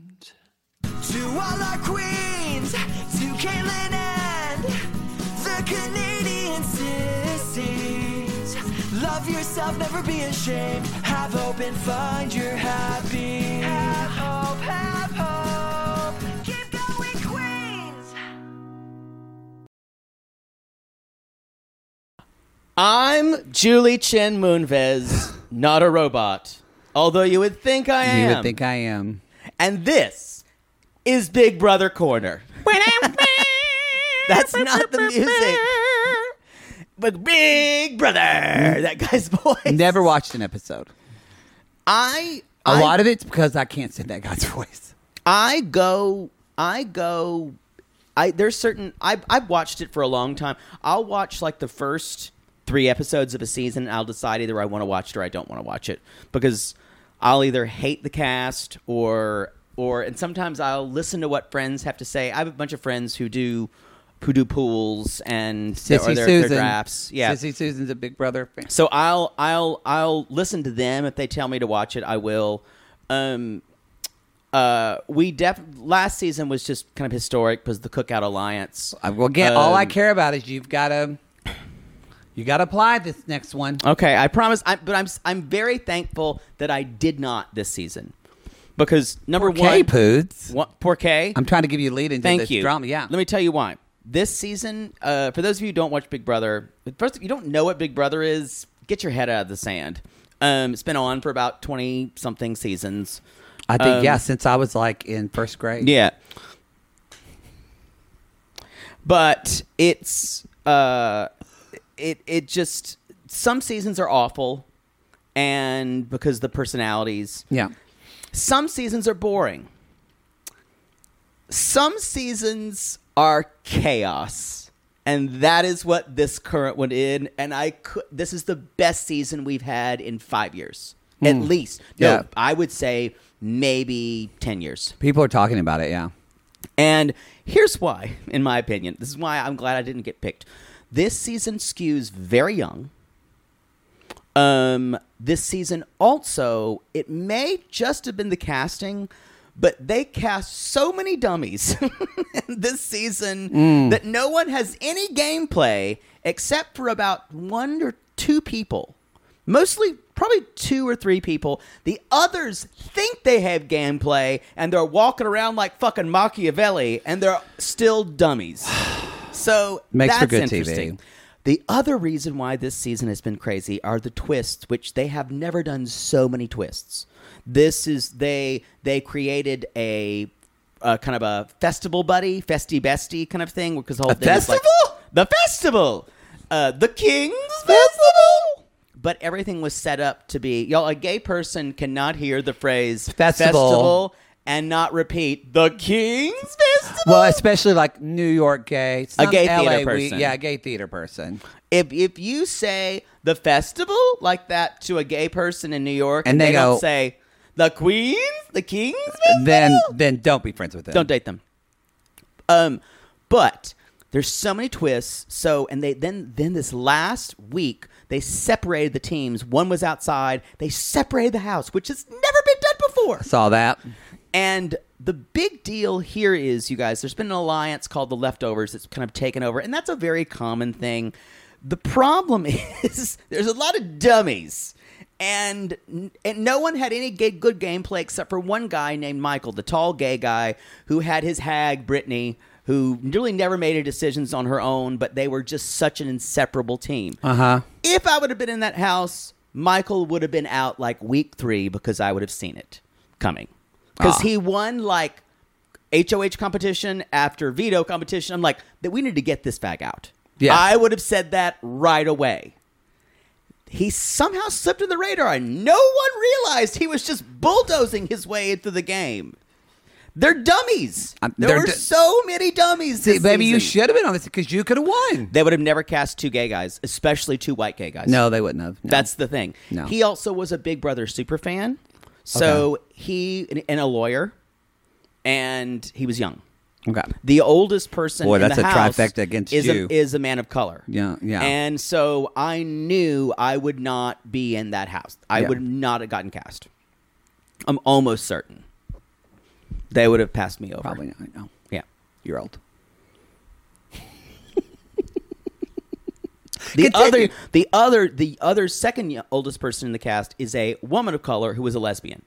To all our queens, to Caitlin and the Canadian sissies. Love yourself, never be ashamed. Have hope and find your happy. Have hope, have hope. Keep going, Queens.
I'm Julie Chen
<laughs>
Moonves, not a robot. Although you would think I am.
You would think I am.
and this is Big Brother Corner. That's not the music. But Big Brother, that guy's voice.
Never watched an episode.
I
A
I-
lot of it's because I can't sing that guy's <laughs> voice.
I go, I go, I there's certain I I've watched it for a long time. I'll watch like the first three episodes of a season. and I'll decide either I want to watch it or I don't want to watch it because I'll either hate the cast or or and sometimes I'll listen to what friends have to say. I have a bunch of friends who do who do pools and or
Sissy
their, their
Susan.
drafts. Yeah, Um,
Sissy Susan's a Big Brother fan.
so I'll I'll I'll listen to them if they tell me to watch it. I will. Um, uh, we def last season was just kind of historic because the Cookout Alliance.
I- Uh, Well, again, all I
Um,
care about is you've got to you got to apply this next one.
Okay, I promise. I, but I'm s- I'm very thankful that I did not this season because number
Okay,
one,
Poods.
one poor K.
I'm trying to give you a lead into
Thank
this
you.
drama. Yeah.
Let me tell you why. This season, uh, for those of you who don't watch Big Brother, first, if you don't know what Big Brother is, get your head out of the sand. Um, it's been on for about 20 something seasons.
I think
um,
yeah, since I was like in first grade.
Yeah. But it's uh it it just some seasons are awful and because the personalities.
Yeah.
Some seasons are boring. Some seasons are chaos. And that is what this current one in and I could this is the best season we've had in 5 years. At least. No,
Hmm. Yeah.
I would say maybe 10 years.
People are talking about it. Yeah.
And here's why, in my opinion. This is why I'm glad I didn't get picked. This season skews very young. Um, this season also, it may just have been the casting, but they cast so many dummies <laughs> in this season
Mm.
that no one has any gameplay except for about one or two people. Mostly, probably two or three people. The others think they have gameplay and they're walking around like fucking Machiavelli and they're still dummies. <sighs> So
Makes for
that's
good TV.
interesting. The other reason why this season has been crazy are the twists, which they have never done so many twists. This is they they created a, a kind of a festival buddy, festy bestie kind of thing because the whole thing is like-
festival?
the festival, uh, the King's Festival. But everything was set up to be y'all. A gay person cannot hear the phrase
Festival.
festival and not repeat the King's Festival.
Well, especially like New York gay, some
gay
LA
theater
we-
person.
yeah, a gay theater person,
If if you say the festival like that to a gay person in New York,
And they
don't
go-
say the Queen's, the King's, festival,"
then then don't be friends with them.
don't date them. Um, but there's so many twists. So and they then then this last week they separated the teams. One was outside. They separated the house, which has never been done before.
Saw that.
And the big deal here is, you guys, there's been an alliance called the Leftovers that's kind of taken over, and that's a very common thing. The problem <laughs> is there's a lot of dummies, and and no one had any good, good gameplay except for one guy named Michael, the tall gay guy who had his hag Brittany, who really never made any decisions on her own, but they were just such an inseparable team.
Uh huh.
If I would have been in that house, Michael would have been out like week three because I would have seen it coming. Because
Ah.
he won like HOH competition after veto competition. I'm like, that we need to get this fag out.
Yes.
I would have said that right away. He somehow slipped in the radar and no one realized he was just bulldozing his way into the game. They're dummies.
Um,
there
they're
were
du-
so many dummies.
See,
this
baby, you
season.
should have been on this because you could have won.
They would have never cast two gay guys, especially two white gay guys.
No, they wouldn't have. No.
That's the thing.
No.
He also was a Big Brother super fan. So he and- and a lawyer, and he was young.
okay.
The oldest person
Boy,
in
that's
the
a
house
trifecta against
is
you.
A, is a man of color.
Yeah, yeah.
And so I knew I would not be in that house. I
Yeah.
would not have gotten cast. I'm almost certain. They would have passed me over.
Probably not. No.
Yeah.
You're old.
The
Continue.
other, the other, the other second y- oldest person in the cast is a woman of color who is a lesbian.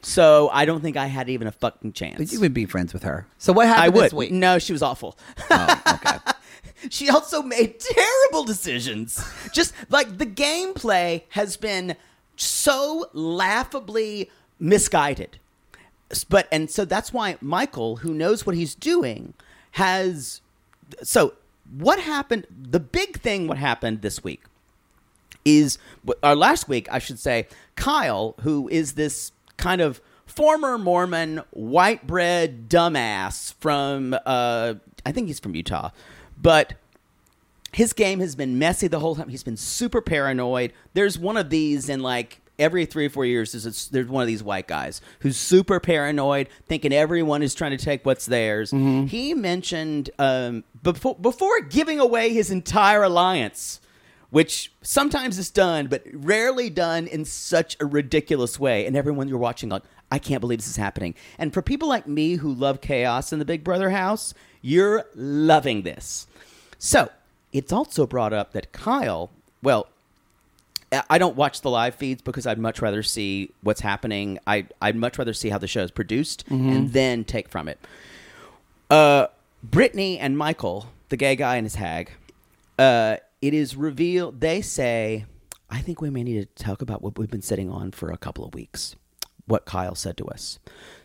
So I don't think I had even a fucking chance.
But you would be friends with her. So what happened
I would.
this week?
No, she was awful.
Oh, okay.
<laughs> she also made terrible decisions. Just like the gameplay has been so laughably misguided. S- But and so that's why Michael, who knows what he's doing, has so what happened the big thing what happened this week is or last week I should say Kyle, who is this kind of former Mormon white bread dumbass from uh, I think he's from Utah, but his game has been messy the whole time. He's been super paranoid. There's one of these in like every three or four years. There's a, there's one of these white guys who's super paranoid, thinking everyone is trying to take what's theirs. He mentioned um, before before giving away his entire alliance. Which sometimes is done, but rarely done in such a ridiculous way. And everyone you're watching, like, I can't believe this is happening. And for people like me who love chaos in the Big Brother house, you're loving this. So it's also brought up that Kyle, well, I- I don't watch the live feeds because I'd much rather see what's happening. I, I'd much rather see how the show is produced
Mm-hmm.
and then take from it. Uh, Brittany and Michael, the gay guy and his hag, uh, it is revealed, they say, I think we may need to talk about what we've been sitting on for a couple of weeks, what Kyle said to us.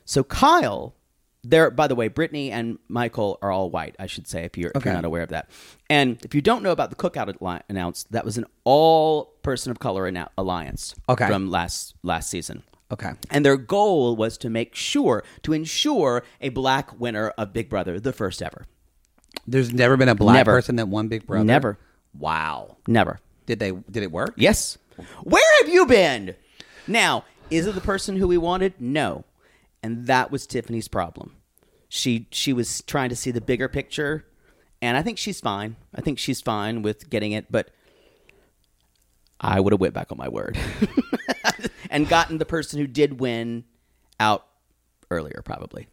So, Kyle, there, by the way, Brittany and Michael are all white, I should say, if you're, if you're
Okay.
not aware of that. And if you don't know about the cookout alli- announced, that was an all person of color annou- alliance
Okay.
from last last season.
Okay.
And their goal was to make sure, to ensure a black winner of Big Brother, the first ever.
There's never been a black
Never.
person that won Big Brother.
Never.
Wow.
Never.
Did they? Did it work?
Yes. Where have you been? Now, is it the person who we wanted? No. And that was Tiffany's problem. She she was trying to see the bigger picture, and I think she's fine. I think she's fine with getting it, but I would have went back on my word <laughs> and gotten the person who did win out earlier, probably.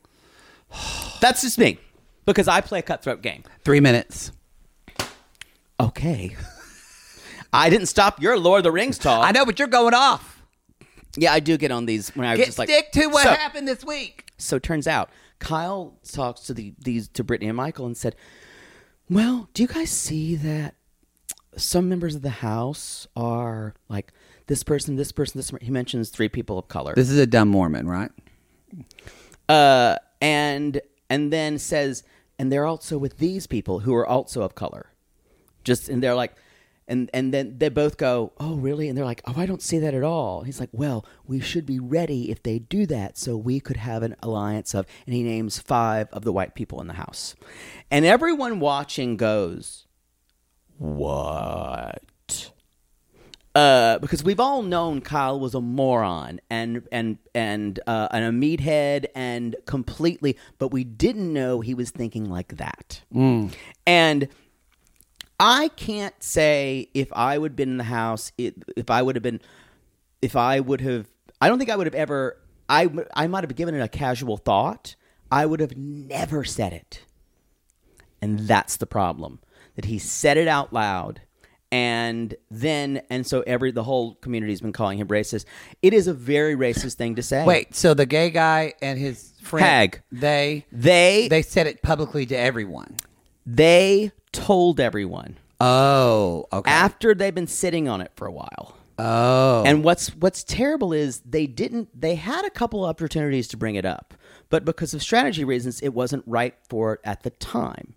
That's just me because I play a cutthroat game.
Three minutes.
Okay. I didn't stop your Lord of the Rings talk.
I know, but you're going off.
Yeah, I do get on these when I was
Get
just like
stick to what
so,
happened this week.
So it turns out Kyle talks to the these to Brittany and Michael and said, "Well, do you guys see that some members of the house are like this person, this person, this?" per-" He mentions three people of color,
This is a dumb Mormon, right?
uh, and and then says, "And they're also with these people who are also of color." Just and they're like. And, and then they both go, oh really? And they're like, oh, I don't see that at all. He's like, well, we should be ready if they do that, so we could have an alliance of. And he names five of the white people in the house, and everyone watching goes, what? Uh, because we've all known Kyle was a moron and and and uh, and a meathead and completely, but we didn't know he was thinking like that. And I can't say if I would have been in the house, it, if I would have been, if I would have, I don't think I would have ever. I would- I might have given it a casual thought. I would have never said it. And that's the problem that he said it out loud and then and so every the whole community's been calling him racist. It is a very racist thing to say.
Wait, so the gay guy and his friend
Hag.
they
they they
they said it publicly to everyone.
they told everyone
Oh, okay.
after they've been sitting on it for a while.
oh.
And what's what's terrible is they didn't they had a couple opportunities to bring it up, but because of strategy reasons it wasn't right for it at the time.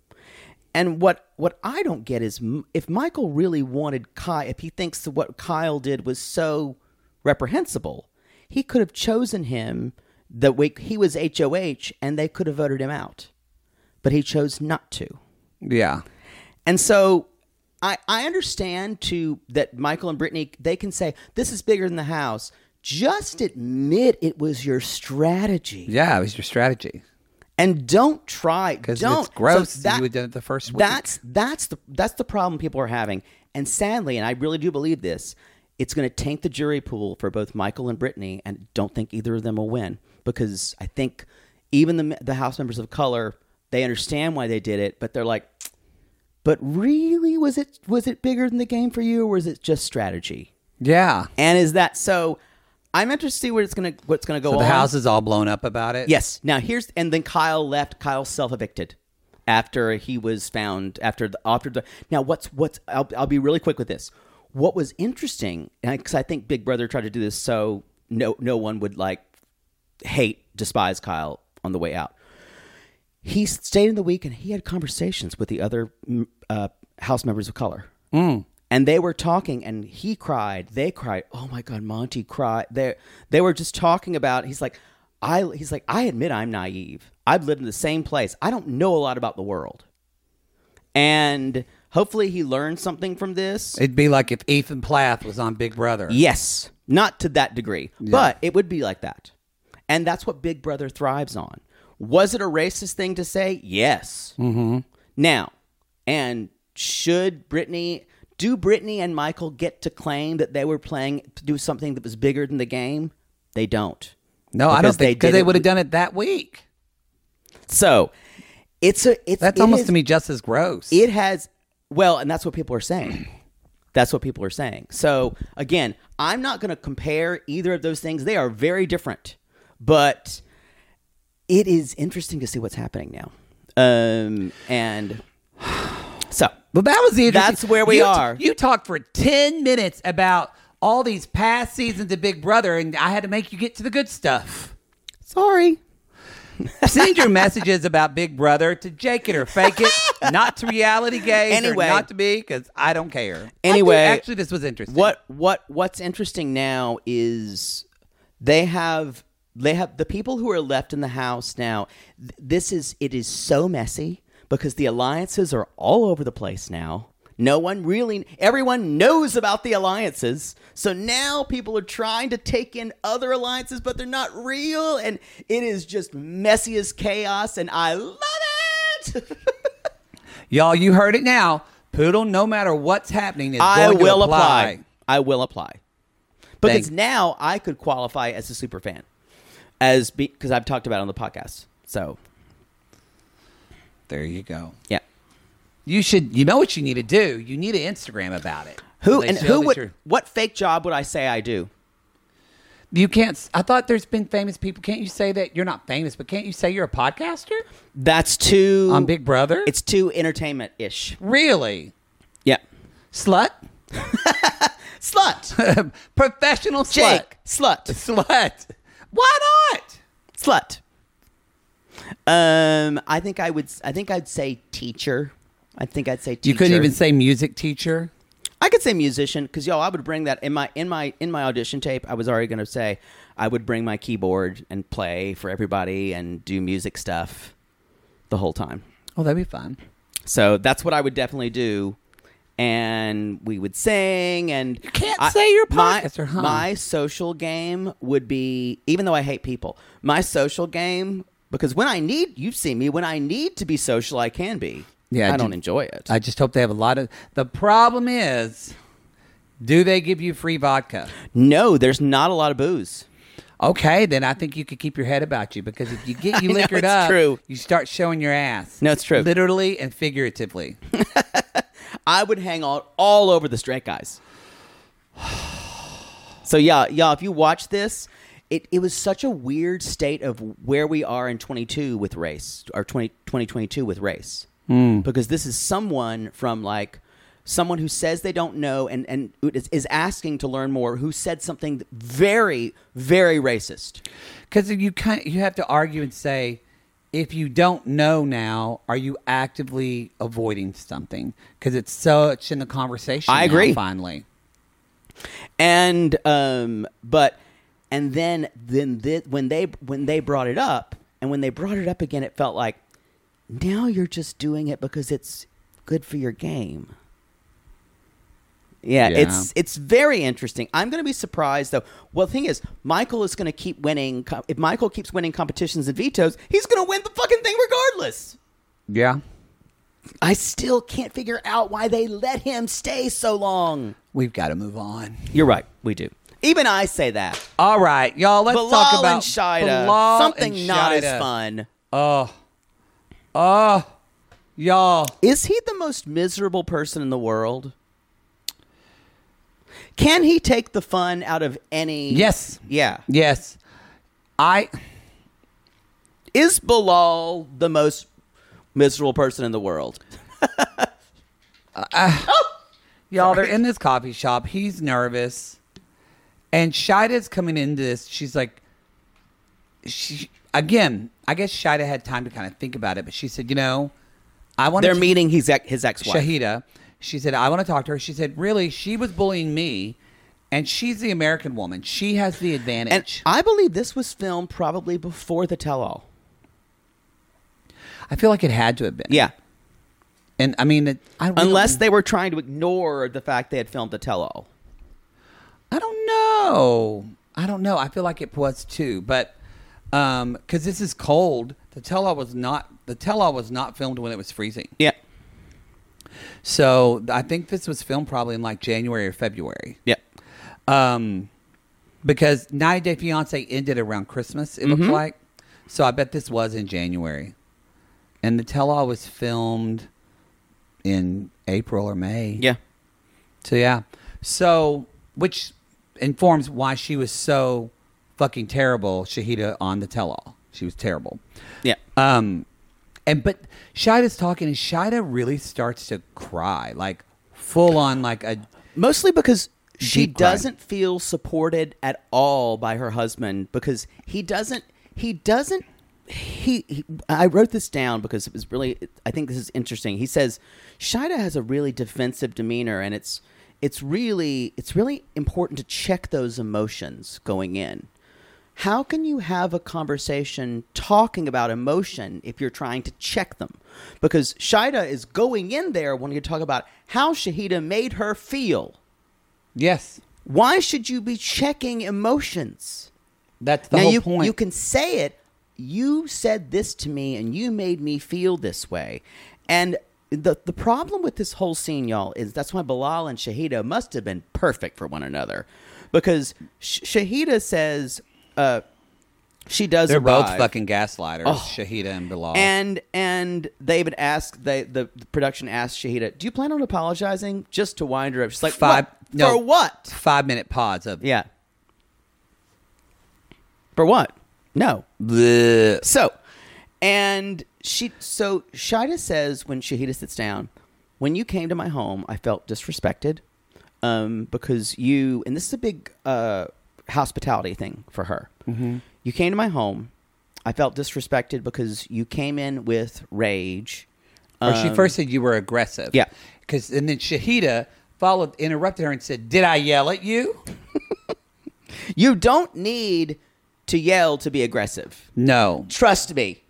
And what what I don't get is m- if Michael really wanted Kyle if he thinks that what Kyle did was so reprehensible, he could have chosen him the week he was HOH and they could have voted him out. But he chose not to.
yeah.
And so I I understand too that Michael and Brittany they can say this is bigger than the house. Just admit it was your strategy.
Yeah, it was your strategy.
And don't try
it's
don't
gross that you would've done it the first week.
That's that's the that's the problem people are having. And sadly, and I really do believe this, it's gonna taint the jury pool for both Michael and Brittany, and don't think either of them will win. Because I think even the the House members of color, they understand why they did it, but they're like, but really was it was it bigger than the game for you or was it just strategy
Yeah.
and is that so i'm interested to see where it's gonna what's gonna go
So the
on.
house is all blown up about it.
yes now here's and then kyle left kyle self-evicted after he was found after the after the now what's what's i'll, I'll be really quick with this what was interesting because i think big brother tried to do this so no no one would like hate despise kyle on the way out he stayed in the week and he had conversations with the other mm, uh, house members of color. Mm. And they were talking, and he cried. They cried. Oh my God, Monty cried. They they were just talking about. He's like, I. He's like, I admit I'm naive. I've lived in the same place. I don't know a lot about the world. And hopefully, he learned something from this.
It'd be like if Ethan Plath was on Big Brother.
Yes, not to that degree, but it would be like that. And that's what Big Brother thrives on. Was it a racist thing to say? Yes. Mm-hmm. Now, and should Brittany, do Brittany and Michael get to claim that they were playing to do something that was bigger than the game? They don't.
No, I don't
Because they
think because
did
they
it-
would have done it that week.
So it's a, it's,
That's
it
almost
is-
to me just as gross.
It has, well, and that's what people are saying. <clears throat> That's what people are saying. So again, I'm not going to compare either of those things. They are very different, but it is interesting to see what's happening now. Um, and <sighs> so
But that was the interesting-
That's where we
you,
are.
You talked for ten minutes about all these past seasons of Big Brother, and I had to make you get to the good stuff.
sorry.
<laughs> Send your messages about Big Brother to Jake it or fake it, not to reality gays
Anyway.
or not to be, because I don't care. I think
Anyway,
actually, this was interesting.
What what what's interesting now is they have they have the people who are left in the house now. th- This is it is so messy because the alliances are all over the place now. No one really everyone knows about the alliances. So now people are trying to take in other alliances but they're not real and it is just messy as chaos and I love it. <laughs>
y'all? You heard it now, Poodle. No matter what's happening, is
I
going to
will
apply.
apply. I will apply. Because
Thank-
now I could qualify as a super fan, as because I've talked about it on the podcast. So
There you go.
yeah,
You should. You know what you need to do. You need an Instagram about it.
who
They
and
show
who
that
would
you're-
what fake job would I say I do?
You can't. s- I thought there's been famous people. Can't you say that you're not famous, but can't you say you're a podcaster
That's too
on Big Brother?
It's too entertainment ish.
really
Yeah,
slut,
<laughs> slut,
professional
Jake, slut,
slut, slut. <laughs> Why not?
slut. Um, I think I would. I think I'd say teacher. I think I'd say teacher.
You couldn't even say music teacher.
I could say musician because yo, I would bring that in my in my in my audition tape. I was already gonna say I would bring my keyboard and play for everybody and do music stuff the whole time.
Oh, that'd be fun.
So that's what I would definitely do. And we would sing, and you
can't say you're a podcaster,
my,
huh?
My social game would be, even though I hate people, my social game because when I need, you've seen me when I need to be social, I can be.
Yeah,
I
I
don't
did-
enjoy it.
I just hope they have a lot of. The problem is, do they give you free vodka?
no, there's not a lot of booze.
Okay, then I think you could keep your head about you because if
<laughs>
you get you
know,
liquored
it's
up,
true.
you start showing your ass.
No, it's true.
Literally and figuratively.
I would hang out all over the straight guys. So yeah, y'all, if you watch this, it, it was such a weird state of where we are in 22 with race or 20, 2022 with race. Because this is someone from like someone who says they don't know and, and is, is asking to learn more who said something very, very racist.
Because you kind you have to argue and say, if you don't know now, are you actively avoiding something? Because it's such in the conversation.
I
now,
agree.
finally,
and um but and then then thi- when they when they brought it up and when they brought it up again it felt like now you're just doing it because it's good for your game yeah,
Yeah.
it's it's very interesting. I'm going to be surprised though. Well, the thing is, Michael is going to keep winning. co- If Michael keeps winning competitions and vetoes, he's going to win the fucking thing regardless.
yeah.
I still can't figure out why they let him stay so long.
We've got to move on.
You're right. We do. Even I say that.
All right, y'all. Let's
Bilal
talk about
and Shida.
Bilal
Something
and
not as
Shida.
fun.
Oh, oh, y'all.
Is he the most miserable person in the world? Can he take the fun out of any?
Yes,
Yeah.
yes. I
Is Bilal the most miserable person in the
<laughs>
world?
Oh! Y'all, they're in this coffee shop. He's nervous. And Shida's coming into this. She's like, she, again, I guess Shida had time to kind of think about it, but she said, you know, I want
They're
to.
meeting his ex- his ex-wife.
Shahida. She said, I want to talk to her. She said, really? She was bullying me, and she's the American woman. She has the
and
advantage.
I believe this was filmed probably before the tell-all.
I feel like it had to have been.
Yeah.
And I mean, it, I really
Unless
don't-
they were trying to ignore the fact they had filmed the tell-all.
I don't know. I don't know. I feel like it was too, but because this is cold, the tell-all was not the tell-all was not filmed when it was freezing.
Yeah.
So I think this was filmed probably in like January or February.
Yeah.
Um, because 90 Day Fiance ended around Christmas. It
Mm-hmm.
looked like. So I bet this was in January, and the tell-all was filmed in April or May.
Yeah.
So yeah. So which informs why she was so fucking terrible, Shahida on the tell all. She was terrible.
Yeah.
Um and but Shida's talking and Shida really starts to cry, like full on like a
Mostly because she
Deep cry.
doesn't feel supported at all by her husband because he doesn't he doesn't he, he I wrote this down because it was really I think this is interesting. He says Shida has a really defensive demeanor and it's it's really it's really important to check those emotions going in. How can you have a conversation talking about emotion if you're trying to check them? Because Shida is going in there wanting to talk about how Shahida made her feel.
Yes.
Why should you be checking emotions?
That's the
now
whole
you
point.
you can say it. You said this to me, and you made me feel this way. And the the problem with this whole scene, y'all, is that's why Bilal and Shahida must have been perfect for one another, because Sh- Shahida says uh, she does.
They're both
arrive.
fucking gaslighters, Shahida and Bilal.
And and they would ask they the, the production asked Shahida, "Do you plan on apologizing?" Just to wind her up. She's like,
five
"What?
no,
for what?"
Five minute pause of
Yeah. For what? No.
Bleh.
So, and she, so Shida says when Shahida sits down, when you came to my home, I felt disrespected um, because you, and this is a big uh, hospitality thing for her. Mm-hmm. You came to my home. I felt disrespected because you came in with rage.
Or
um,
she first said you were aggressive.
yeah.
Because and then Shahida followed interrupted her and said, Did I yell at you?
<laughs> You don't need to yell to be aggressive.
No.
Trust me.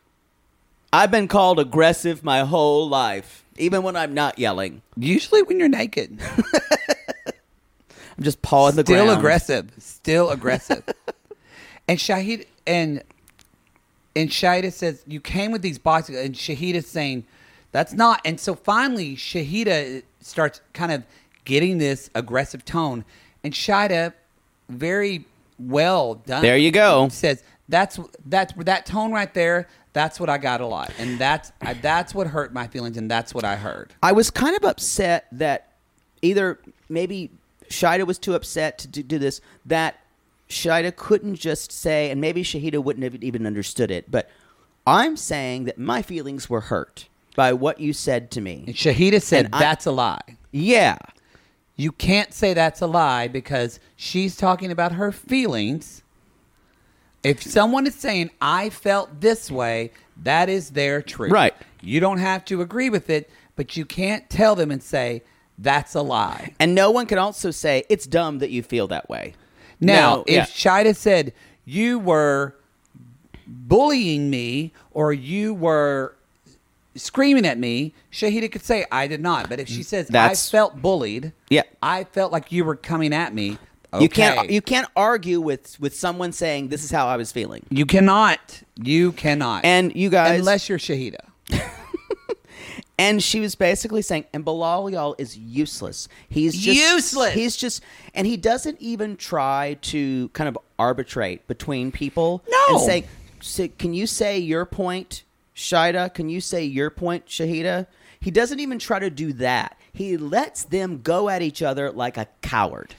I've been called aggressive my whole life, even when I'm not yelling.
Usually when you're naked.
<laughs> I'm just pawing the
Still
ground.
aggressive. Still
<laughs>
aggressive. and Shahid and and Shahida says, You came with these boxes and Shahida's saying, That's not and so finally Shahida starts kind of getting this aggressive tone and Shahida very well done.
There you go.
Says that's that's that tone right there. That's what I got a lot, and that's I, that's what hurt my feelings, and that's what I heard.
I was kind of upset that either maybe Shida was too upset to do, do this, that Shida couldn't just say, and maybe Shahida wouldn't have even understood it, but I'm saying that my feelings were hurt by what you said to
And
me.
Shahida said
And I-
that's a lie.
Yeah.
You can't say that's a lie because she's talking about her feelings. If someone is saying, I felt this way, that is their truth.
Right.
You don't have to agree with it, but you can't tell them and say, that's a lie.
And no one can also say, it's dumb that you feel that way.
Now,
No,
if
yeah.
Shida said, you were bullying me or you were screaming at me, Shahida could say, I did not. But if she says,
That's-
I felt bullied,
Yeah.
I felt like you were coming at me.
You can't
okay.
you can't argue with with someone saying this is how I was feeling.
You cannot. You cannot.
And you guys
unless you're Shahida.
<laughs> And she was basically saying, and Bilal, y'all, is useless. He's just
Useless!
He's just, and he doesn't even try to kind of arbitrate between people.
No!
And say, "Say- can you say your point, Shida? Can you say your point, Shahida? He doesn't even try to do that. He lets them go at each other like a coward.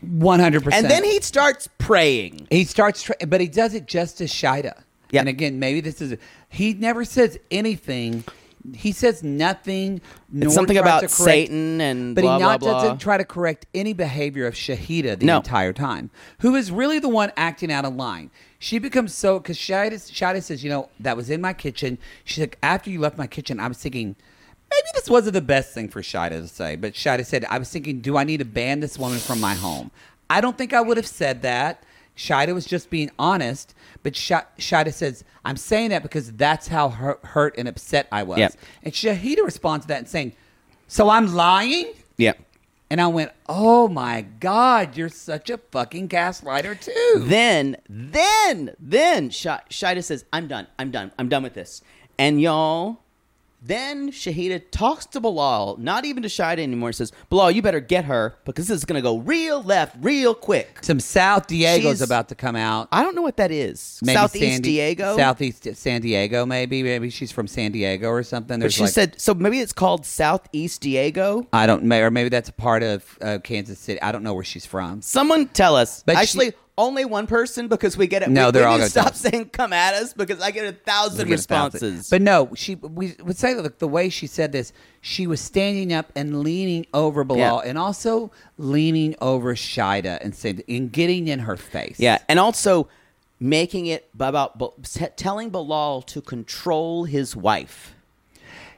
One hundred percent.
And then he starts praying.
he starts, tr but he does it just as Shida.
Yeah.
And again, maybe this is he never says anything. He says nothing. nor
something
tries
about
to correct-
Satan and
but
blah,
he not
blah, blah.
doesn't try to correct any behavior of Shahida the
No.
entire time, who is really the one acting out of line. She becomes so because Shahida, Shahida says, you know, that was in my kitchen. She's like, after you left my kitchen, I was thinking. Maybe this wasn't the best thing for Shida to say, but Shida said, I was thinking, do I need to ban this woman from my home? I don't think I would have said that. Shida was just being honest, but Shi- Shida says, I'm saying that because that's how hurt, hurt and upset I was.
Yep.
And Shahida responds to that and saying, So I'm lying?
Yeah.
And I went, Oh my God, you're such a fucking gaslighter, too.
Then, then, then Sh- Shida says, I'm done. I'm done. I'm done with this. And y'all, then Shahida talks to Bilal, not even to Shida anymore, says, Bilal, you better get her because this is going to go real left, real quick.
Some South Diego's
She's-
about to come out.
I don't know what that is.
Maybe
Southeast
San Di-
Diego?
Southeast San Diego, maybe. Maybe she's from San Diego or something.
But
There's
she
like,
said, so maybe it's called Southeast Diego.
I don't know, or maybe that's a part of uh, Kansas City. I don't know where she's from.
Someone tell us.
But she-
Actually, only one person because we get it.
No,
we,
they're
we
all
need to
gonna tell
stop saying "come at us" because I get a thousand
Forget about it.
responses.
But no, she we would say that the way she said this, she was standing up and leaning over Bilal
Yeah.
and also leaning over Shida and said and getting in her face.
Yeah, and also making it about telling Bilal to control his wife.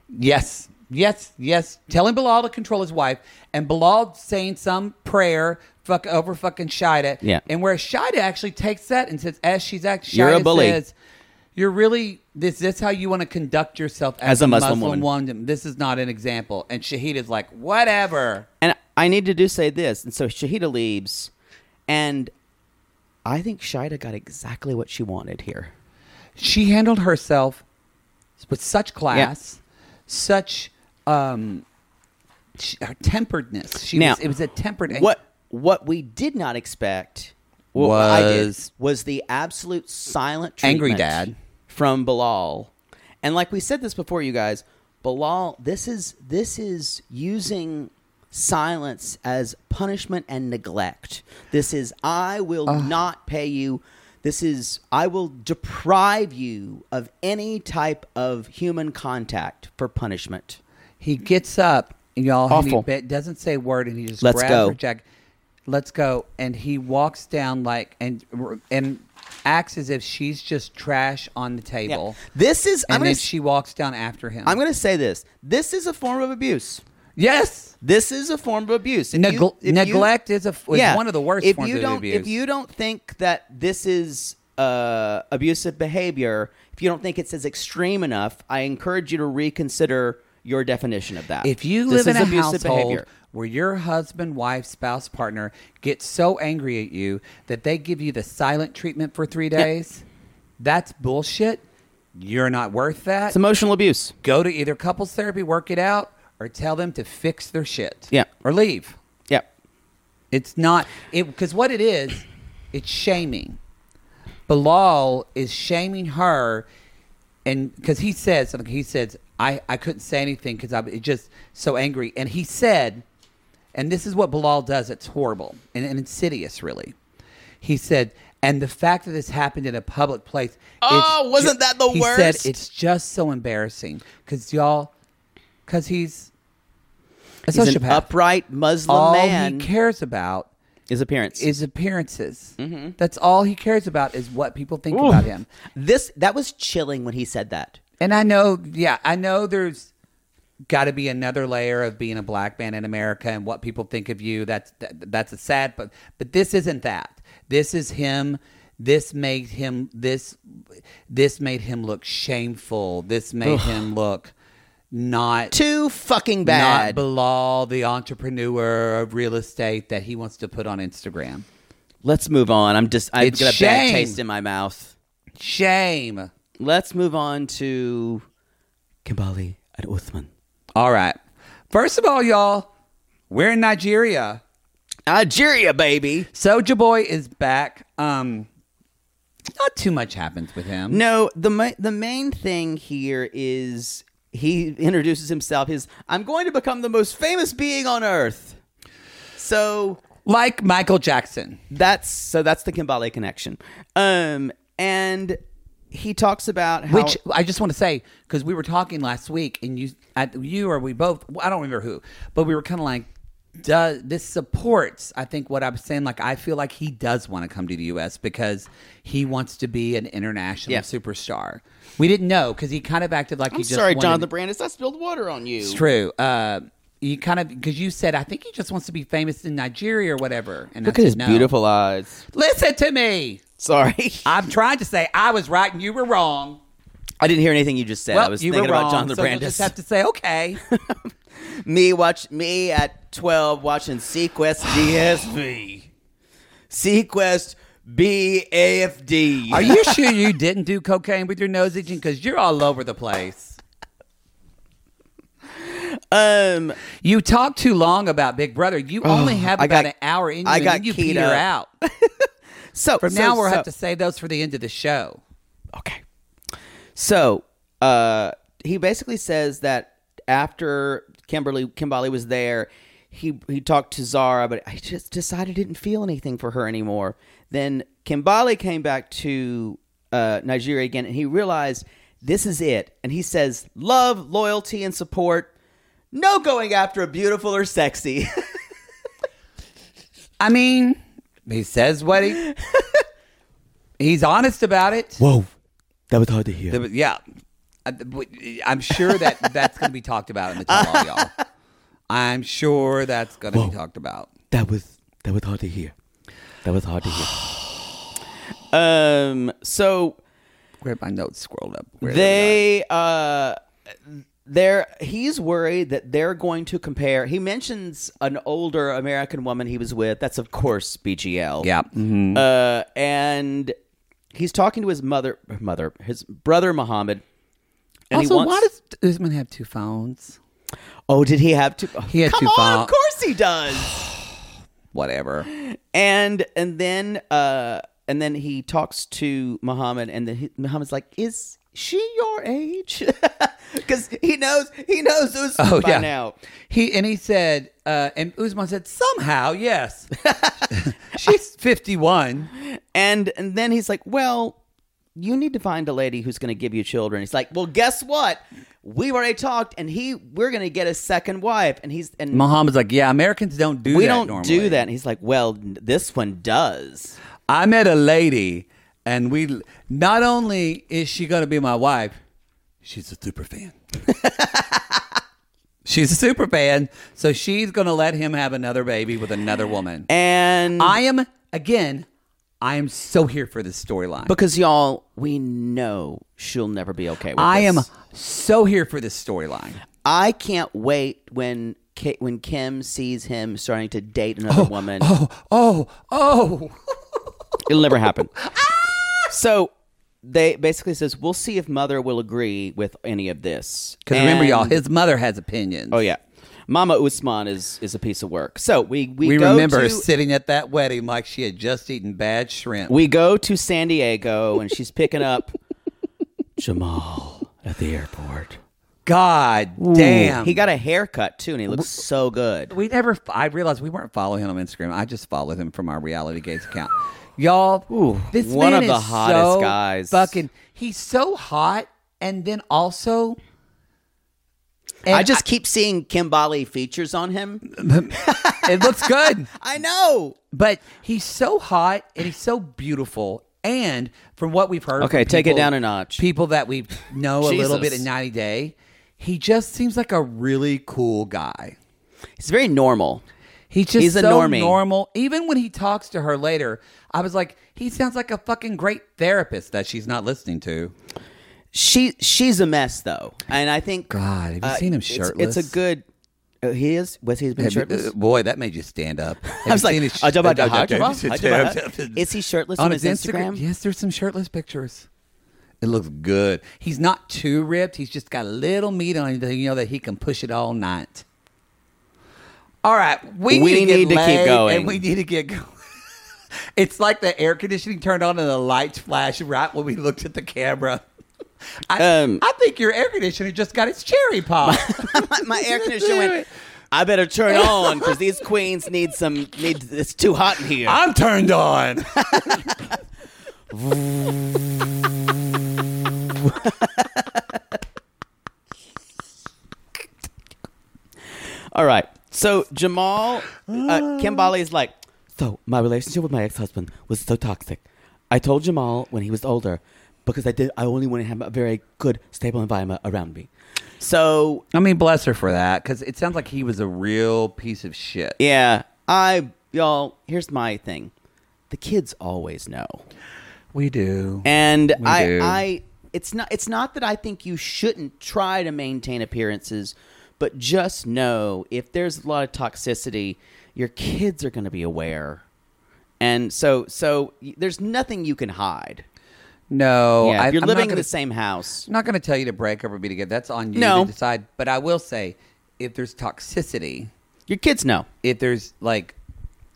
Yes. Yes. Yes. Telling Bilal to control his wife and Bilal saying some prayer fuck over fucking Shida.
Yeah.
And where Shida actually takes that and says as she's acting
You're a bully.
says you're really this this how you want to conduct yourself as,
As a Muslim
Muslim
woman.
woman. This is not an example. And Shahida's like, whatever.
And I need to do say this, and so Shahida leaves, and I think Shida got exactly what she wanted here.
she handled herself with such class, such um, sh her temperedness. She
Now,
was, it was a tempered. and-
What what we did not expect well, what I did,
Was-
was the absolute silent
Angry
treatment
dad.
from Bilal, and like we said this before, you guys, Bilal, this is this is using silence as punishment and neglect. This is I will not pay you. This is I will deprive you of any type of human contact for punishment.
He gets up, and y'all.
Awful.
Oh, And he ba- doesn't say a word, and he just
Let's
grabs
go.
her jacket. Let's go, and he walks down like and and acts as if she's just trash on the table.
This is
And
I'm
then
gonna,
she walks down after him.
I'm going to say this. This is a form of abuse.
yes.
This is a form of abuse. If
Negl-
you- if you-
neglect is a f- is one of the worst
If
forms
you
of
don't,
abuse.
If you don't think that this is uh, abusive behavior, if you don't think it's as extreme enough, I encourage you to reconsider your definition of that.
If you
This
live in
is
a
abusive
household
behavior.
where your husband, wife, spouse, partner gets so angry at you that they give you the silent treatment for three days, that's bullshit. You're not worth that.
it's emotional abuse.
Go to either couples therapy, work it out, or tell them to fix their shit.
Yeah.
Or leave.
Yep.
It's not it because what it is, it's shaming. Bilal is shaming her, and because he said something, he says, "I I couldn't say anything because I was just so angry." And he said, and this is what Bilal does. It's horrible and, and insidious, really. He said. And the fact that this happened in a public place.
Oh,
it's
wasn't that the
he said,
worst?
it's just so embarrassing because y'all, because he's a
He's an
sociopath
upright Muslim
all
man.
he cares about
his appearance. Mm-hmm.
is appearances. That's all he cares about is what people think about him.
this that was chilling when he said that.
And I know, yeah, I know there's got to be another layer of being a black man in America and what people think of you. That's that, that's a sad, but but this isn't that. This is him. This made him this this made him look shameful. This made him look not
Too fucking bad.
Not Bilal, the entrepreneur of real estate that he wants to put on Instagram.
Let's move on. I'm just I've
It's
got a bad
shame.
taste in my mouth.
Shame.
Let's move on to Kimbali and Uthman.
All right. First of all, y'all, we're in Nigeria.
Algeria, baby.
Soja Boy is back. Um, not too much happens with him.
No, the ma- the main thing here is he introduces himself. His I'm going to become the most famous being on earth. So
Like Michael Jackson.
that's so that's the Kimbali connection. Um, and he talks about how
Which I just want to say because we were talking last week, and you, I, you or we both, I don't remember who, but we were kind of like, does this supports? I think what I'm saying, like I feel like he does want to come to the U.S. because he wants to be an international
Yeah.
superstar. We didn't know because he kind of acted like
I'm
he just
sorry,
wanted-
Jonathan Brandis, I spilled water on you.
It's true. Uh, you kind of because you said I think he just wants to be famous in Nigeria or whatever. And I
Look at
said,
his
"No."
beautiful eyes.
Listen to me.
Sorry,
I'm trying to say I was right and you were wrong.
I didn't hear anything you just said.
well,
I was
you
thinking
were wrong.
about Jonathan
so you'll
Brandis.
just have to say okay.
<laughs> me watch me at 12 watching Sequest DSV.
<gasps>
Sequest BAFD.
Are you sure you didn't do cocaine with your nose itching? Because you're all over the place.
um Oh,
You talk too long about Big Brother. You only have
I
about
got-
an hour in you,
I
and
got
then you
keyed
peter
up.
out.
so
From
so,
now, we'll
so,
have to save those for the end of the show.
Okay. So, uh he basically says that after Kimberly Kimbali was there, he he talked to Zara, but I just decided I didn't feel anything for her anymore. Then Kimbali came back to uh, Nigeria again, and he realized this is it. And he says, "Love, loyalty, and support. No going after a beautiful or sexy." <laughs>
I mean, he says what
<laughs>
he. he's honest about it.
Whoa, that was hard to hear.
There was- yeah. Uh, I, am sure
<laughs>
that that's going to be talked about in the tell all, y'all. I'm sure that's going to be talked about.
That was that was hard to hear. That was hard to
<sighs>
hear. <sighs>
um. So
Where my notes scrolled up? Where
they
they
uh they're he's worried that they're going to compare he mentions an older american woman he was with that's of course bgl
yeah. Mm-hmm.
uh and he's talking to his mother mother his brother muhammad and
also,
he wants,
why does Usman have two phones?
oh did he have two
He had
come
two
on
fo-
of course he does
<sighs> Whatever.
and and then uh and then he talks to Muhammad, and then he, Muhammad's like, "Is she your age?" <laughs> Because he knows he knows who's
Oh
by
yeah.
now.
He and he said, uh, and Usman said,
<laughs>
somehow, yes, she's 51.
And and then he's like, "Well, you need to find a lady who's going to give you children." He's like, "Well, guess what? We've already talked, and he we're going to get a second wife." And he's and
Mm. Muhammad's like, yeah, Americans don't do
we
that
don't
normally.
do that. And he's like, "Well, this one does."
I met a lady, and we not only is she going to be my wife, she's a
<laughs>
super fan. she's a super fan, so she's going to let him have another baby with another woman.
And
I am again, I am so here for this storyline.
because y'all, we know she'll never be okay with
I am
this.
so here for this storyline.
I can't wait when Ki- when Kim sees him starting to date another woman.
Oh, oh, oh! <laughs> Ah!
It'll never happen. so they basically says we'll see if mother will agree with any of this.
Because remember,
And-
y'all, his mother has opinions.
Oh yeah. Mama Usman is is a piece of work. So we we,
We,
go
remember her
to-
sitting at that wedding like she had just eaten bad shrimp.
We go to San Diego and she's picking
<laughs>
up Jamal at the airport.
God damn.
He got a haircut too and he looks so good.
We never. I realized we weren't following him on Instagram. I just followed him from our Reality Gates account. Y'all, this
one
man
of the
is
hottest
so
guys.
Fucking, he's so hot, and then also, and
I just keep seeing Kimbali features on him.
I- <laughs> it looks good,
<laughs> I know.
but he's so hot and he's so beautiful. And from what we've heard,
Okay,
from
take it
people-
down a notch.
People that we know a little bit
Jesus.
in 90 Day, he just seems like a really cool guy.
He's very normal.
He's just
He's a
so
normie.
normal. Even when he talks to her later, I was like, he sounds like a fucking great therapist that she's not listening to.
She she's a mess though, and I think
God, have you
uh,
seen him
it's-
shirtless?
It's, a good. uh, he is. Was he been
Have you-
shirtless?
uh, boy, that made you stand up. Have
I was
you
like,
seen his sh-
"Ajab, ajab,
uh,
ajab,
uh, <laughs>
ajab,
uh,
ajab." Is he shirtless on his Instagram?
Yes, there's some shirtless pictures. It looks good. He's not too ripped. He's just got a little meat on him, that, you know, that he can push it all night. All right, we,
We
need to, get
need to keep
laid,
going.
and we need to get going. <laughs> It's like the air conditioning turned on and the lights flashed right when we looked at the camera. <laughs> I,
Um,
I think your air conditioner just got its cherry pop. uh,
my, my air
<laughs>
conditioner went. <laughs> I better turn on because these queens need some. Need it's too hot in here.
I'm turned on.
<laughs> All right. So Jamal, uh, Kimbali is like, so my relationship with my ex-husband was so toxic. I told Jamal when he was older because I did. I only wanted to have a very good, stable environment around me. So
I mean, bless her for that because it sounds like he was a real piece of shit.
yeah, I y'all. Here's my thing. The kids always know.
We do.
And
We
I,
do.
I, it's not, it's not that I think you shouldn't try to maintain appearances, but just know if there's a lot of toxicity, your kids are going to be aware. And so, so y- there's nothing you can hide.
no,
yeah,
I,
if you're
I'm not
living in
gonna-
the same house.
I'm not going to tell you to break up or be together. That's on you
No.
to decide. But I will say, if there's toxicity,
Your kids know.
if there's like,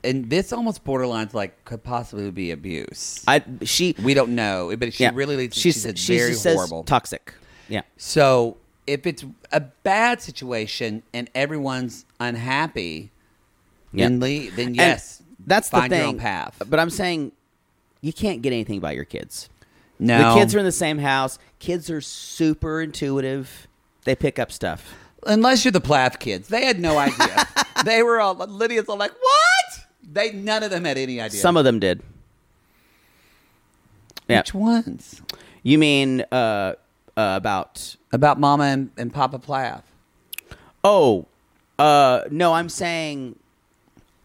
and this almost borderlines like could possibly be abuse.
I she
we don't know, but she really leads. She
she's
said
she
very
says
horrible.
toxic. Yeah.
so if it's a bad situation and everyone's unhappy, then le- then yes,
And that's the
find
thing.
your own path.
But I'm saying you can't get anything by your kids.
no,
The kids are in the same house. Kids are super intuitive. They pick up stuff.
unless you're the Plath kids. They had
<laughs>
no idea. they were all Lydia's all like, "What?" They none of them had any idea.
Some of them did. Yeah.
which ones
You mean uh, uh, about?
about Mama and, and Papa Plath?
Oh, uh, no. I'm saying,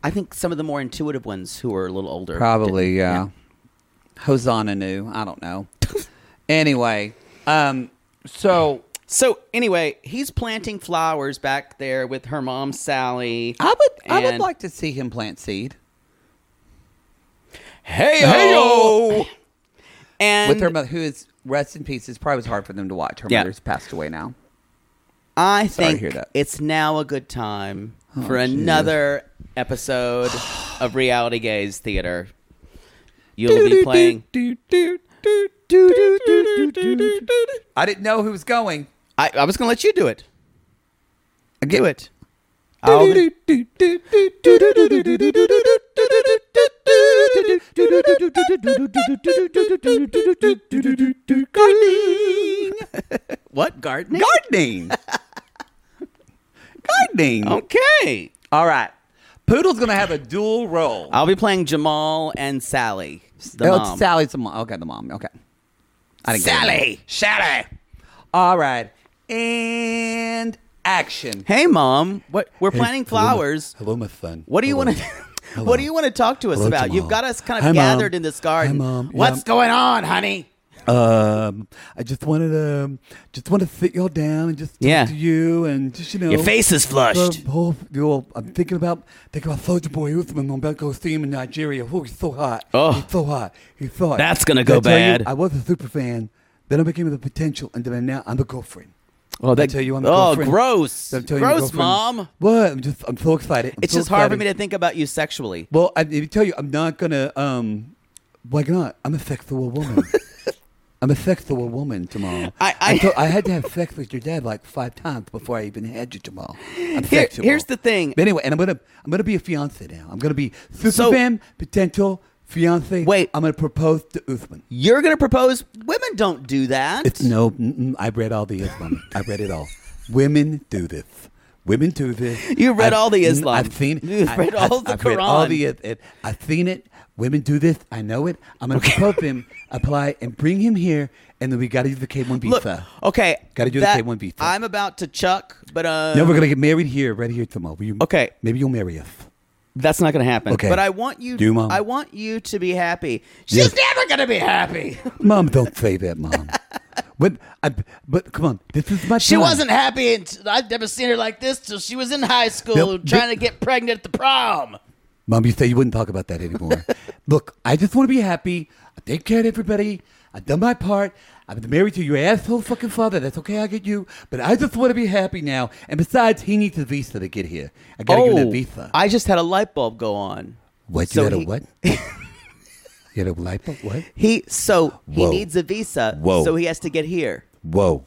I think some of the more intuitive ones who are a little older.
Probably,
didn't.
yeah. Hosanna knew. I don't know. anyway, um, so
So anyway, he's planting flowers back there with her mom, Sally.
I would I would
And-
like to see him plant seed
Hey And
with her mother, who is rest in peace. It's probably was hard for them to watch. Her
Yeah.
mother's passed away now.
I
Sorry
think
to hear that.
it's now a good time for another episode of Reality Gaze Theater. You'll be playing.
I didn't know who was going.
I, I was going to let you do it. Do it.
<laughs>
What gardening?
<laughs> Gardening. Gardening.
Okay.
All right. Poodle's going to have a dual role.
I'll be playing Jamal and Sally. The
oh,
mom.
it's Sally's the mom. Okay, the mom. Okay. I didn't get it.
Sally!
Sally. All right. And action.
Hey, mom. What we're planting flowers.
Hello, my son.
What do you want to? What do you want to talk to us
Hello,
about?
Jamal.
You've got us kind of
Hi, Mom.
gathered in this garden.
Hi, Mom. Yeah,
What's
I'm-
going on, honey?
Um, I just wanted to just want to sit y'all down and just talk
Yeah.
to you and just you know
Your face is flushed.
the whole- the whole- I'm thinking about thinking about Soldier Boy Usman on Belko see him in Nigeria. Oh, he's so hot.
Oh.
he's so hot. He's so hot.
That's gonna
Did I
go
tell you,
bad.
I was a super fan. Then I became the potential, and then now I'm the girlfriend.
Oh,
I tell you, I'm a
oh,
girlfriend.
gross.
I'm telling you,
gross,
girlfriend-
mom.
What? I'm just, I'm so excited. I'm
It's
so
just hard for
excited.
me to think about you sexually.
Well, I, let me tell you, I'm not gonna. Um, why not? I'm a
<laughs>
sexual woman. I'm a sexual woman, Jamal.
I- I-
told- I had to have sex with your dad like five times before I even had you, Jamal. I'm
Here-
sexual.
here's the thing.
But anyway, and I'm gonna I'm gonna be a fiance now. I'm gonna be super
So-
femme, potential fiance.
Wait.
I'm gonna propose to Uthman.
You're gonna propose. Women don't do that.
It's no. Mm-mm, I read all the Islam. I read it all. Women do this. Women do this.
You read
I've-
all the
mm,
Islam.
I've seen.
You've
I-
read
I've-
all the
I've read all
Quran.
the. It, it- I've seen it. Women do this. I know it. I'm gonna propose him, apply, and bring him here, and then we gotta do the K1
Look,
visa.
okay.
Gotta do the
that,
K1 visa.
I'm about to chuck, but uh,
no, we're gonna get married here, right here tomorrow. Will you,
Okay.
Maybe you'll marry us.
that's not gonna happen.
Okay.
But I want you.
Do, Mom.
I want you to be happy. She's
Yes.
never gonna be
<laughs>
happy.
Mom, don't say that,
<laughs>
Mom. but I, but come on, this is my.
She
time.
wasn't happy, and I've never seen her like this till she was in high school
Nope.
trying to get pregnant at the prom.
Mom, you say you wouldn't talk about that anymore. <laughs> Look, I just want to be happy. I take care of everybody. I've done my part. I've been married to your asshole fucking father. That's okay. I get you. But I just want to be happy now. And besides, he needs a visa to get here. Oh, I got to give him a visa.
Oh, I just had a light bulb go on.
what?
so
you had
he-
a <laughs> what? you had a light bulb? What?
He so he
Whoa.
needs a visa,
Whoa.
so he has to get here.
Whoa.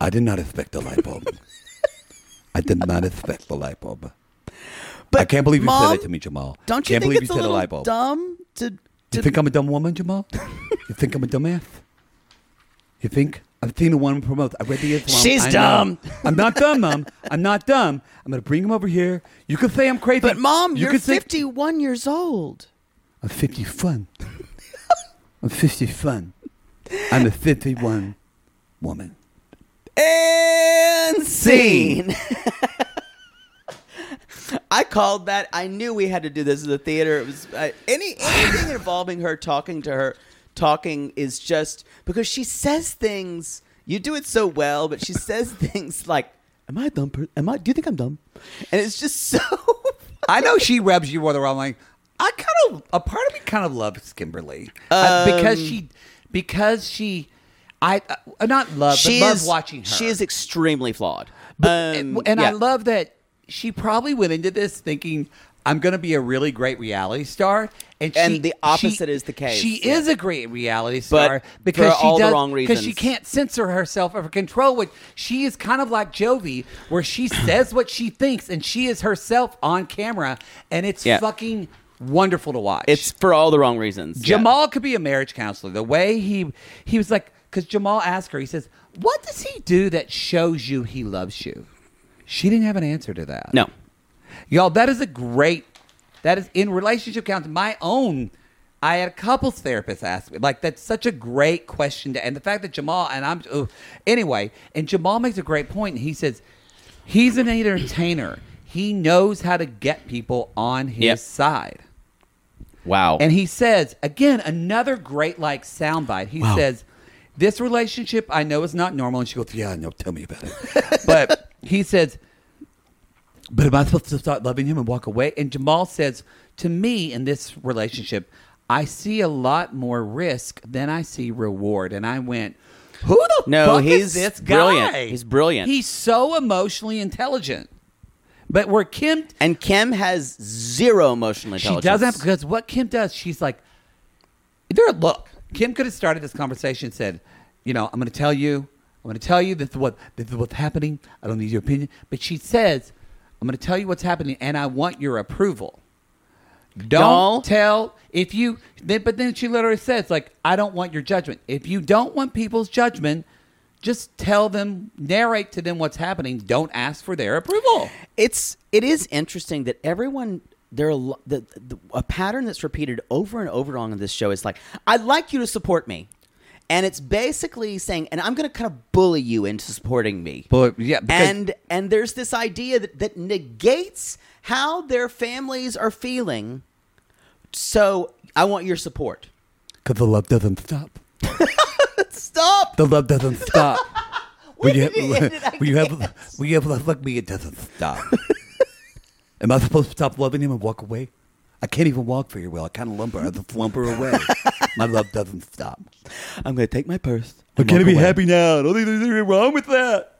I did not expect a light bulb. <laughs> I did not expect a light bulb.
But
I can't believe you
Mom,
said that to me, Jamal.
Don't you
can't
think
believe
it's
you
a
said
little
light bulb.
dumb to?
You
to
think I'm a dumb woman, Jamal? you think I'm a dumbass? You think? I've seen a woman promote. I read the Islam.
She's
I know.
dumb.
I'm not dumb, Mom. I'm not dumb. I'm going to bring him over here. You could say I'm crazy.
but mom,
you
you are
could say-
51 years old.
I'm 50 fun. I'm 50 fun. I'm a 51 woman.
And scene. <laughs> I called that. I knew we had to do this in the theater. It was uh, any anything involving her talking to her talking is just because she says things. You do it so well, but she says <laughs> things like, "Am I a dumb? Per- am I? Do you think I'm dumb?" And it's just so.
I know she rubs you the wrong way. I kind of a part of me kind of loves Kimberly I-
Um,
because she because she I uh, not love
she
but love
is
watching her.
She is extremely flawed.
But,
Um,
and
yeah.
I love that she probably went into this thinking I'm going to be a really great reality star, and she,
And the opposite
she-
is the case,
She
yeah.
is a great reality
But
star because
for
she
all the
does
wrong
because she
reasons.
can't censor herself or control what she is. Kind of like Jovi, where she says what she thinks and she is herself on camera, and it's
Yeah.
fucking wonderful to watch.
It's for all the wrong reasons. Yeah.
Jamal could be a marriage counselor. The way he he was like, because Jamal asked her, he says, "What does he do that shows you he loves you?" She didn't have an answer to that.
No.
y'all, that is a great. That is in relationship counseling. My own, I had a couples therapist ask me like that's such a great question to, and the fact that Jamal and I'm oh, anyway, and Jamal makes a great point. He says he's an entertainer. He knows how to get people on his
Yep.
side.
Wow.
And he says, again, another great like soundbite. He says, This relationship I know is not normal. And she goes, Yeah, I know, tell me about it. <laughs> but he says, But am I supposed to start loving him and walk away? And Jamal says, To me, in this relationship, I see a lot more risk than I see reward. And I went, Who the
No,
fuck
he's
is this guy?
brilliant. He's brilliant.
He's so emotionally intelligent. But where Kim
and Kim has zero emotional
she
intelligence.
doesn't have, because what Kim does, she's like, there. Look, Kim could have started this conversation, and said, you know, I'm going to tell you, I'm going to tell you this is what this is what's happening. I don't need your opinion, but she says, I'm going to tell you what's happening, and I want your approval. Don't
Y'all-
tell if you. Then, but then she literally says, like, I don't want your judgment. If you don't want people's judgment. Just tell them, narrate to them what's happening. Don't ask for their approval.
it's it is interesting that everyone there are a lo- the, the, a pattern that's repeated over and over on this show is like I'd like you to support me, and it's basically saying and I'm going to kind of bully you into supporting me.
But yeah, because-
and and there's this idea that, that negates how their families are feeling. So I want your
<laughs>
support.
Because the love doesn't stop.
Stop.
The love
<laughs>
doesn't stop. when you
did it end it? I
when you have when you have love like me, it doesn't
<laughs>
stop. Am I supposed to stop loving him and walk away? I can't even walk very well. I kind of lumber. I just lumber
<laughs>
away. My love doesn't stop.
I'm going to take my purse.
I can't be happy now. I don't think there's anything wrong with that.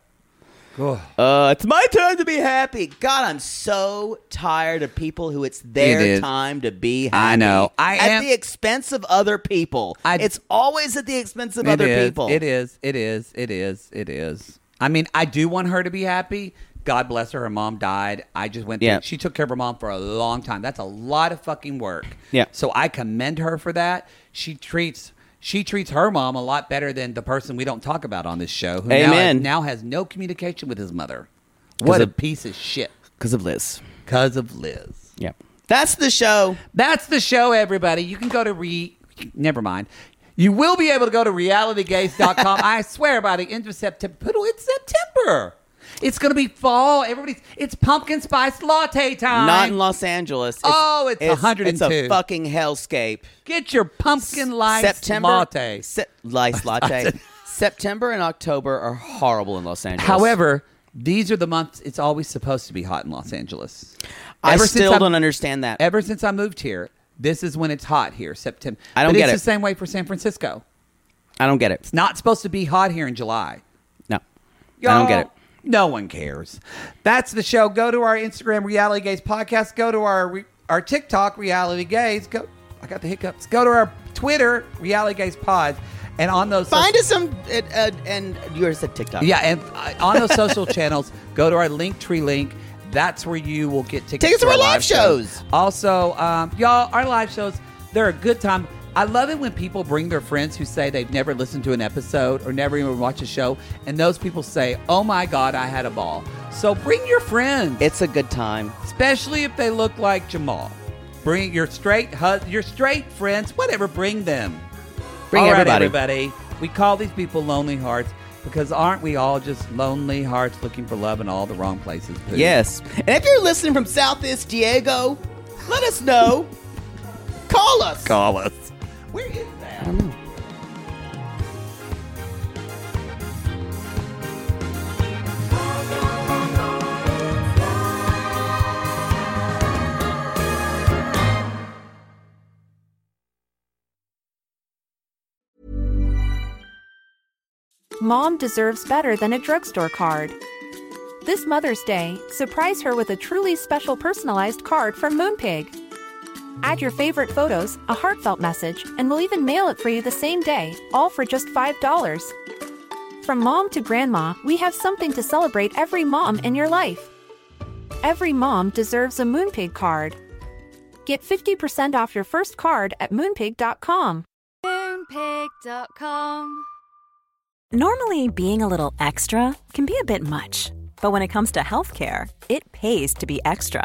Uh, it's my time to be happy. God, I'm so tired of people who it's
It
their
is.
time to be happy.
I know. I
at
am-
the expense of other people.
I-
it's always at the expense of
It
other
is,
people.
It is. It is. It is. It is. I mean, I do want her to be happy. God bless her. Her mom died. I just went. through-
Yeah.
She took care of her mom for a long time. That's a lot of fucking work.
Yeah.
So I commend her for that. She treats. She treats her mom a lot better than the person we don't talk about on this show, who now-
Amen.
Now, has no communication with his mother. What a piece of shit!
because of Liz.
Because of Liz.
Yeah, that's the show.
That's the show, everybody. You can go to re. Never mind. You will be able to go
<laughs>
to realitygaze.com. I swear by the end of September. Poodle, it's September. It's going to be fall. Everybody's. It's pumpkin spice latte time.
Not in Los Angeles.
Oh, it's 102.
It's a fucking hellscape.
Get your pumpkin lice
September
latte.
Se-
<laughs>
lice latte. September and October are horrible in Los Angeles.
However, these are the months it's always supposed to be hot in Los Angeles.
I
Ever since
still
I'm-
don't understand that.
Ever since I moved here, this is when it's hot here, September.
I don't
but
get
it's
it.
the same way for San Francisco.
I don't get it.
It's not supposed to be hot here in July.
No, I don't get it.
Y'all, No one cares. That's the show. Go to our Instagram, Reality Gaze Podcast. Go to our re- our TikTok, Reality Gaze. Go. I got the hiccups. Go to our Twitter, Reality Gaze Pod, and on those
Find
social-
us some and, uh, and yours at TikTok.
Yeah, and uh, on those
<laughs>
social channels, go to our Linktree link. That's where you will get tickets
Tickets
to
to our live shows.
Also, um, y'all, our live shows, they're a good time. I love it when people bring their friends who say they've never listened to an episode or never even watched a show, and those people say, "Oh my god, I had a ball." So bring your friends,
It's a good time.
especially if they look like Jamal. Bring your straight hus- your straight friends, whatever. Bring them.
Bring
All right,
everybody.
everybody. We call these people lonely hearts because aren't we all just lonely hearts looking for love in all the wrong places? Pooh?
Yes. And if you're listening from Southeast Diego, let us know. Call us.
Call us.
Where is that?
Mom deserves better than a drugstore card. This Mother's Day, surprise her with a truly special personalized card from Moonpig. Add your favorite photos, a heartfelt message, and we'll even mail it for you the same day, all for just $5. From mom to grandma, we have something to celebrate every mom in your life. Every mom deserves a Moonpig card. Get 50% off your first card at moonpig.com.
Moonpig.com.
Normally, being a little extra can be a bit much, but when it comes to healthcare, it pays to be extra.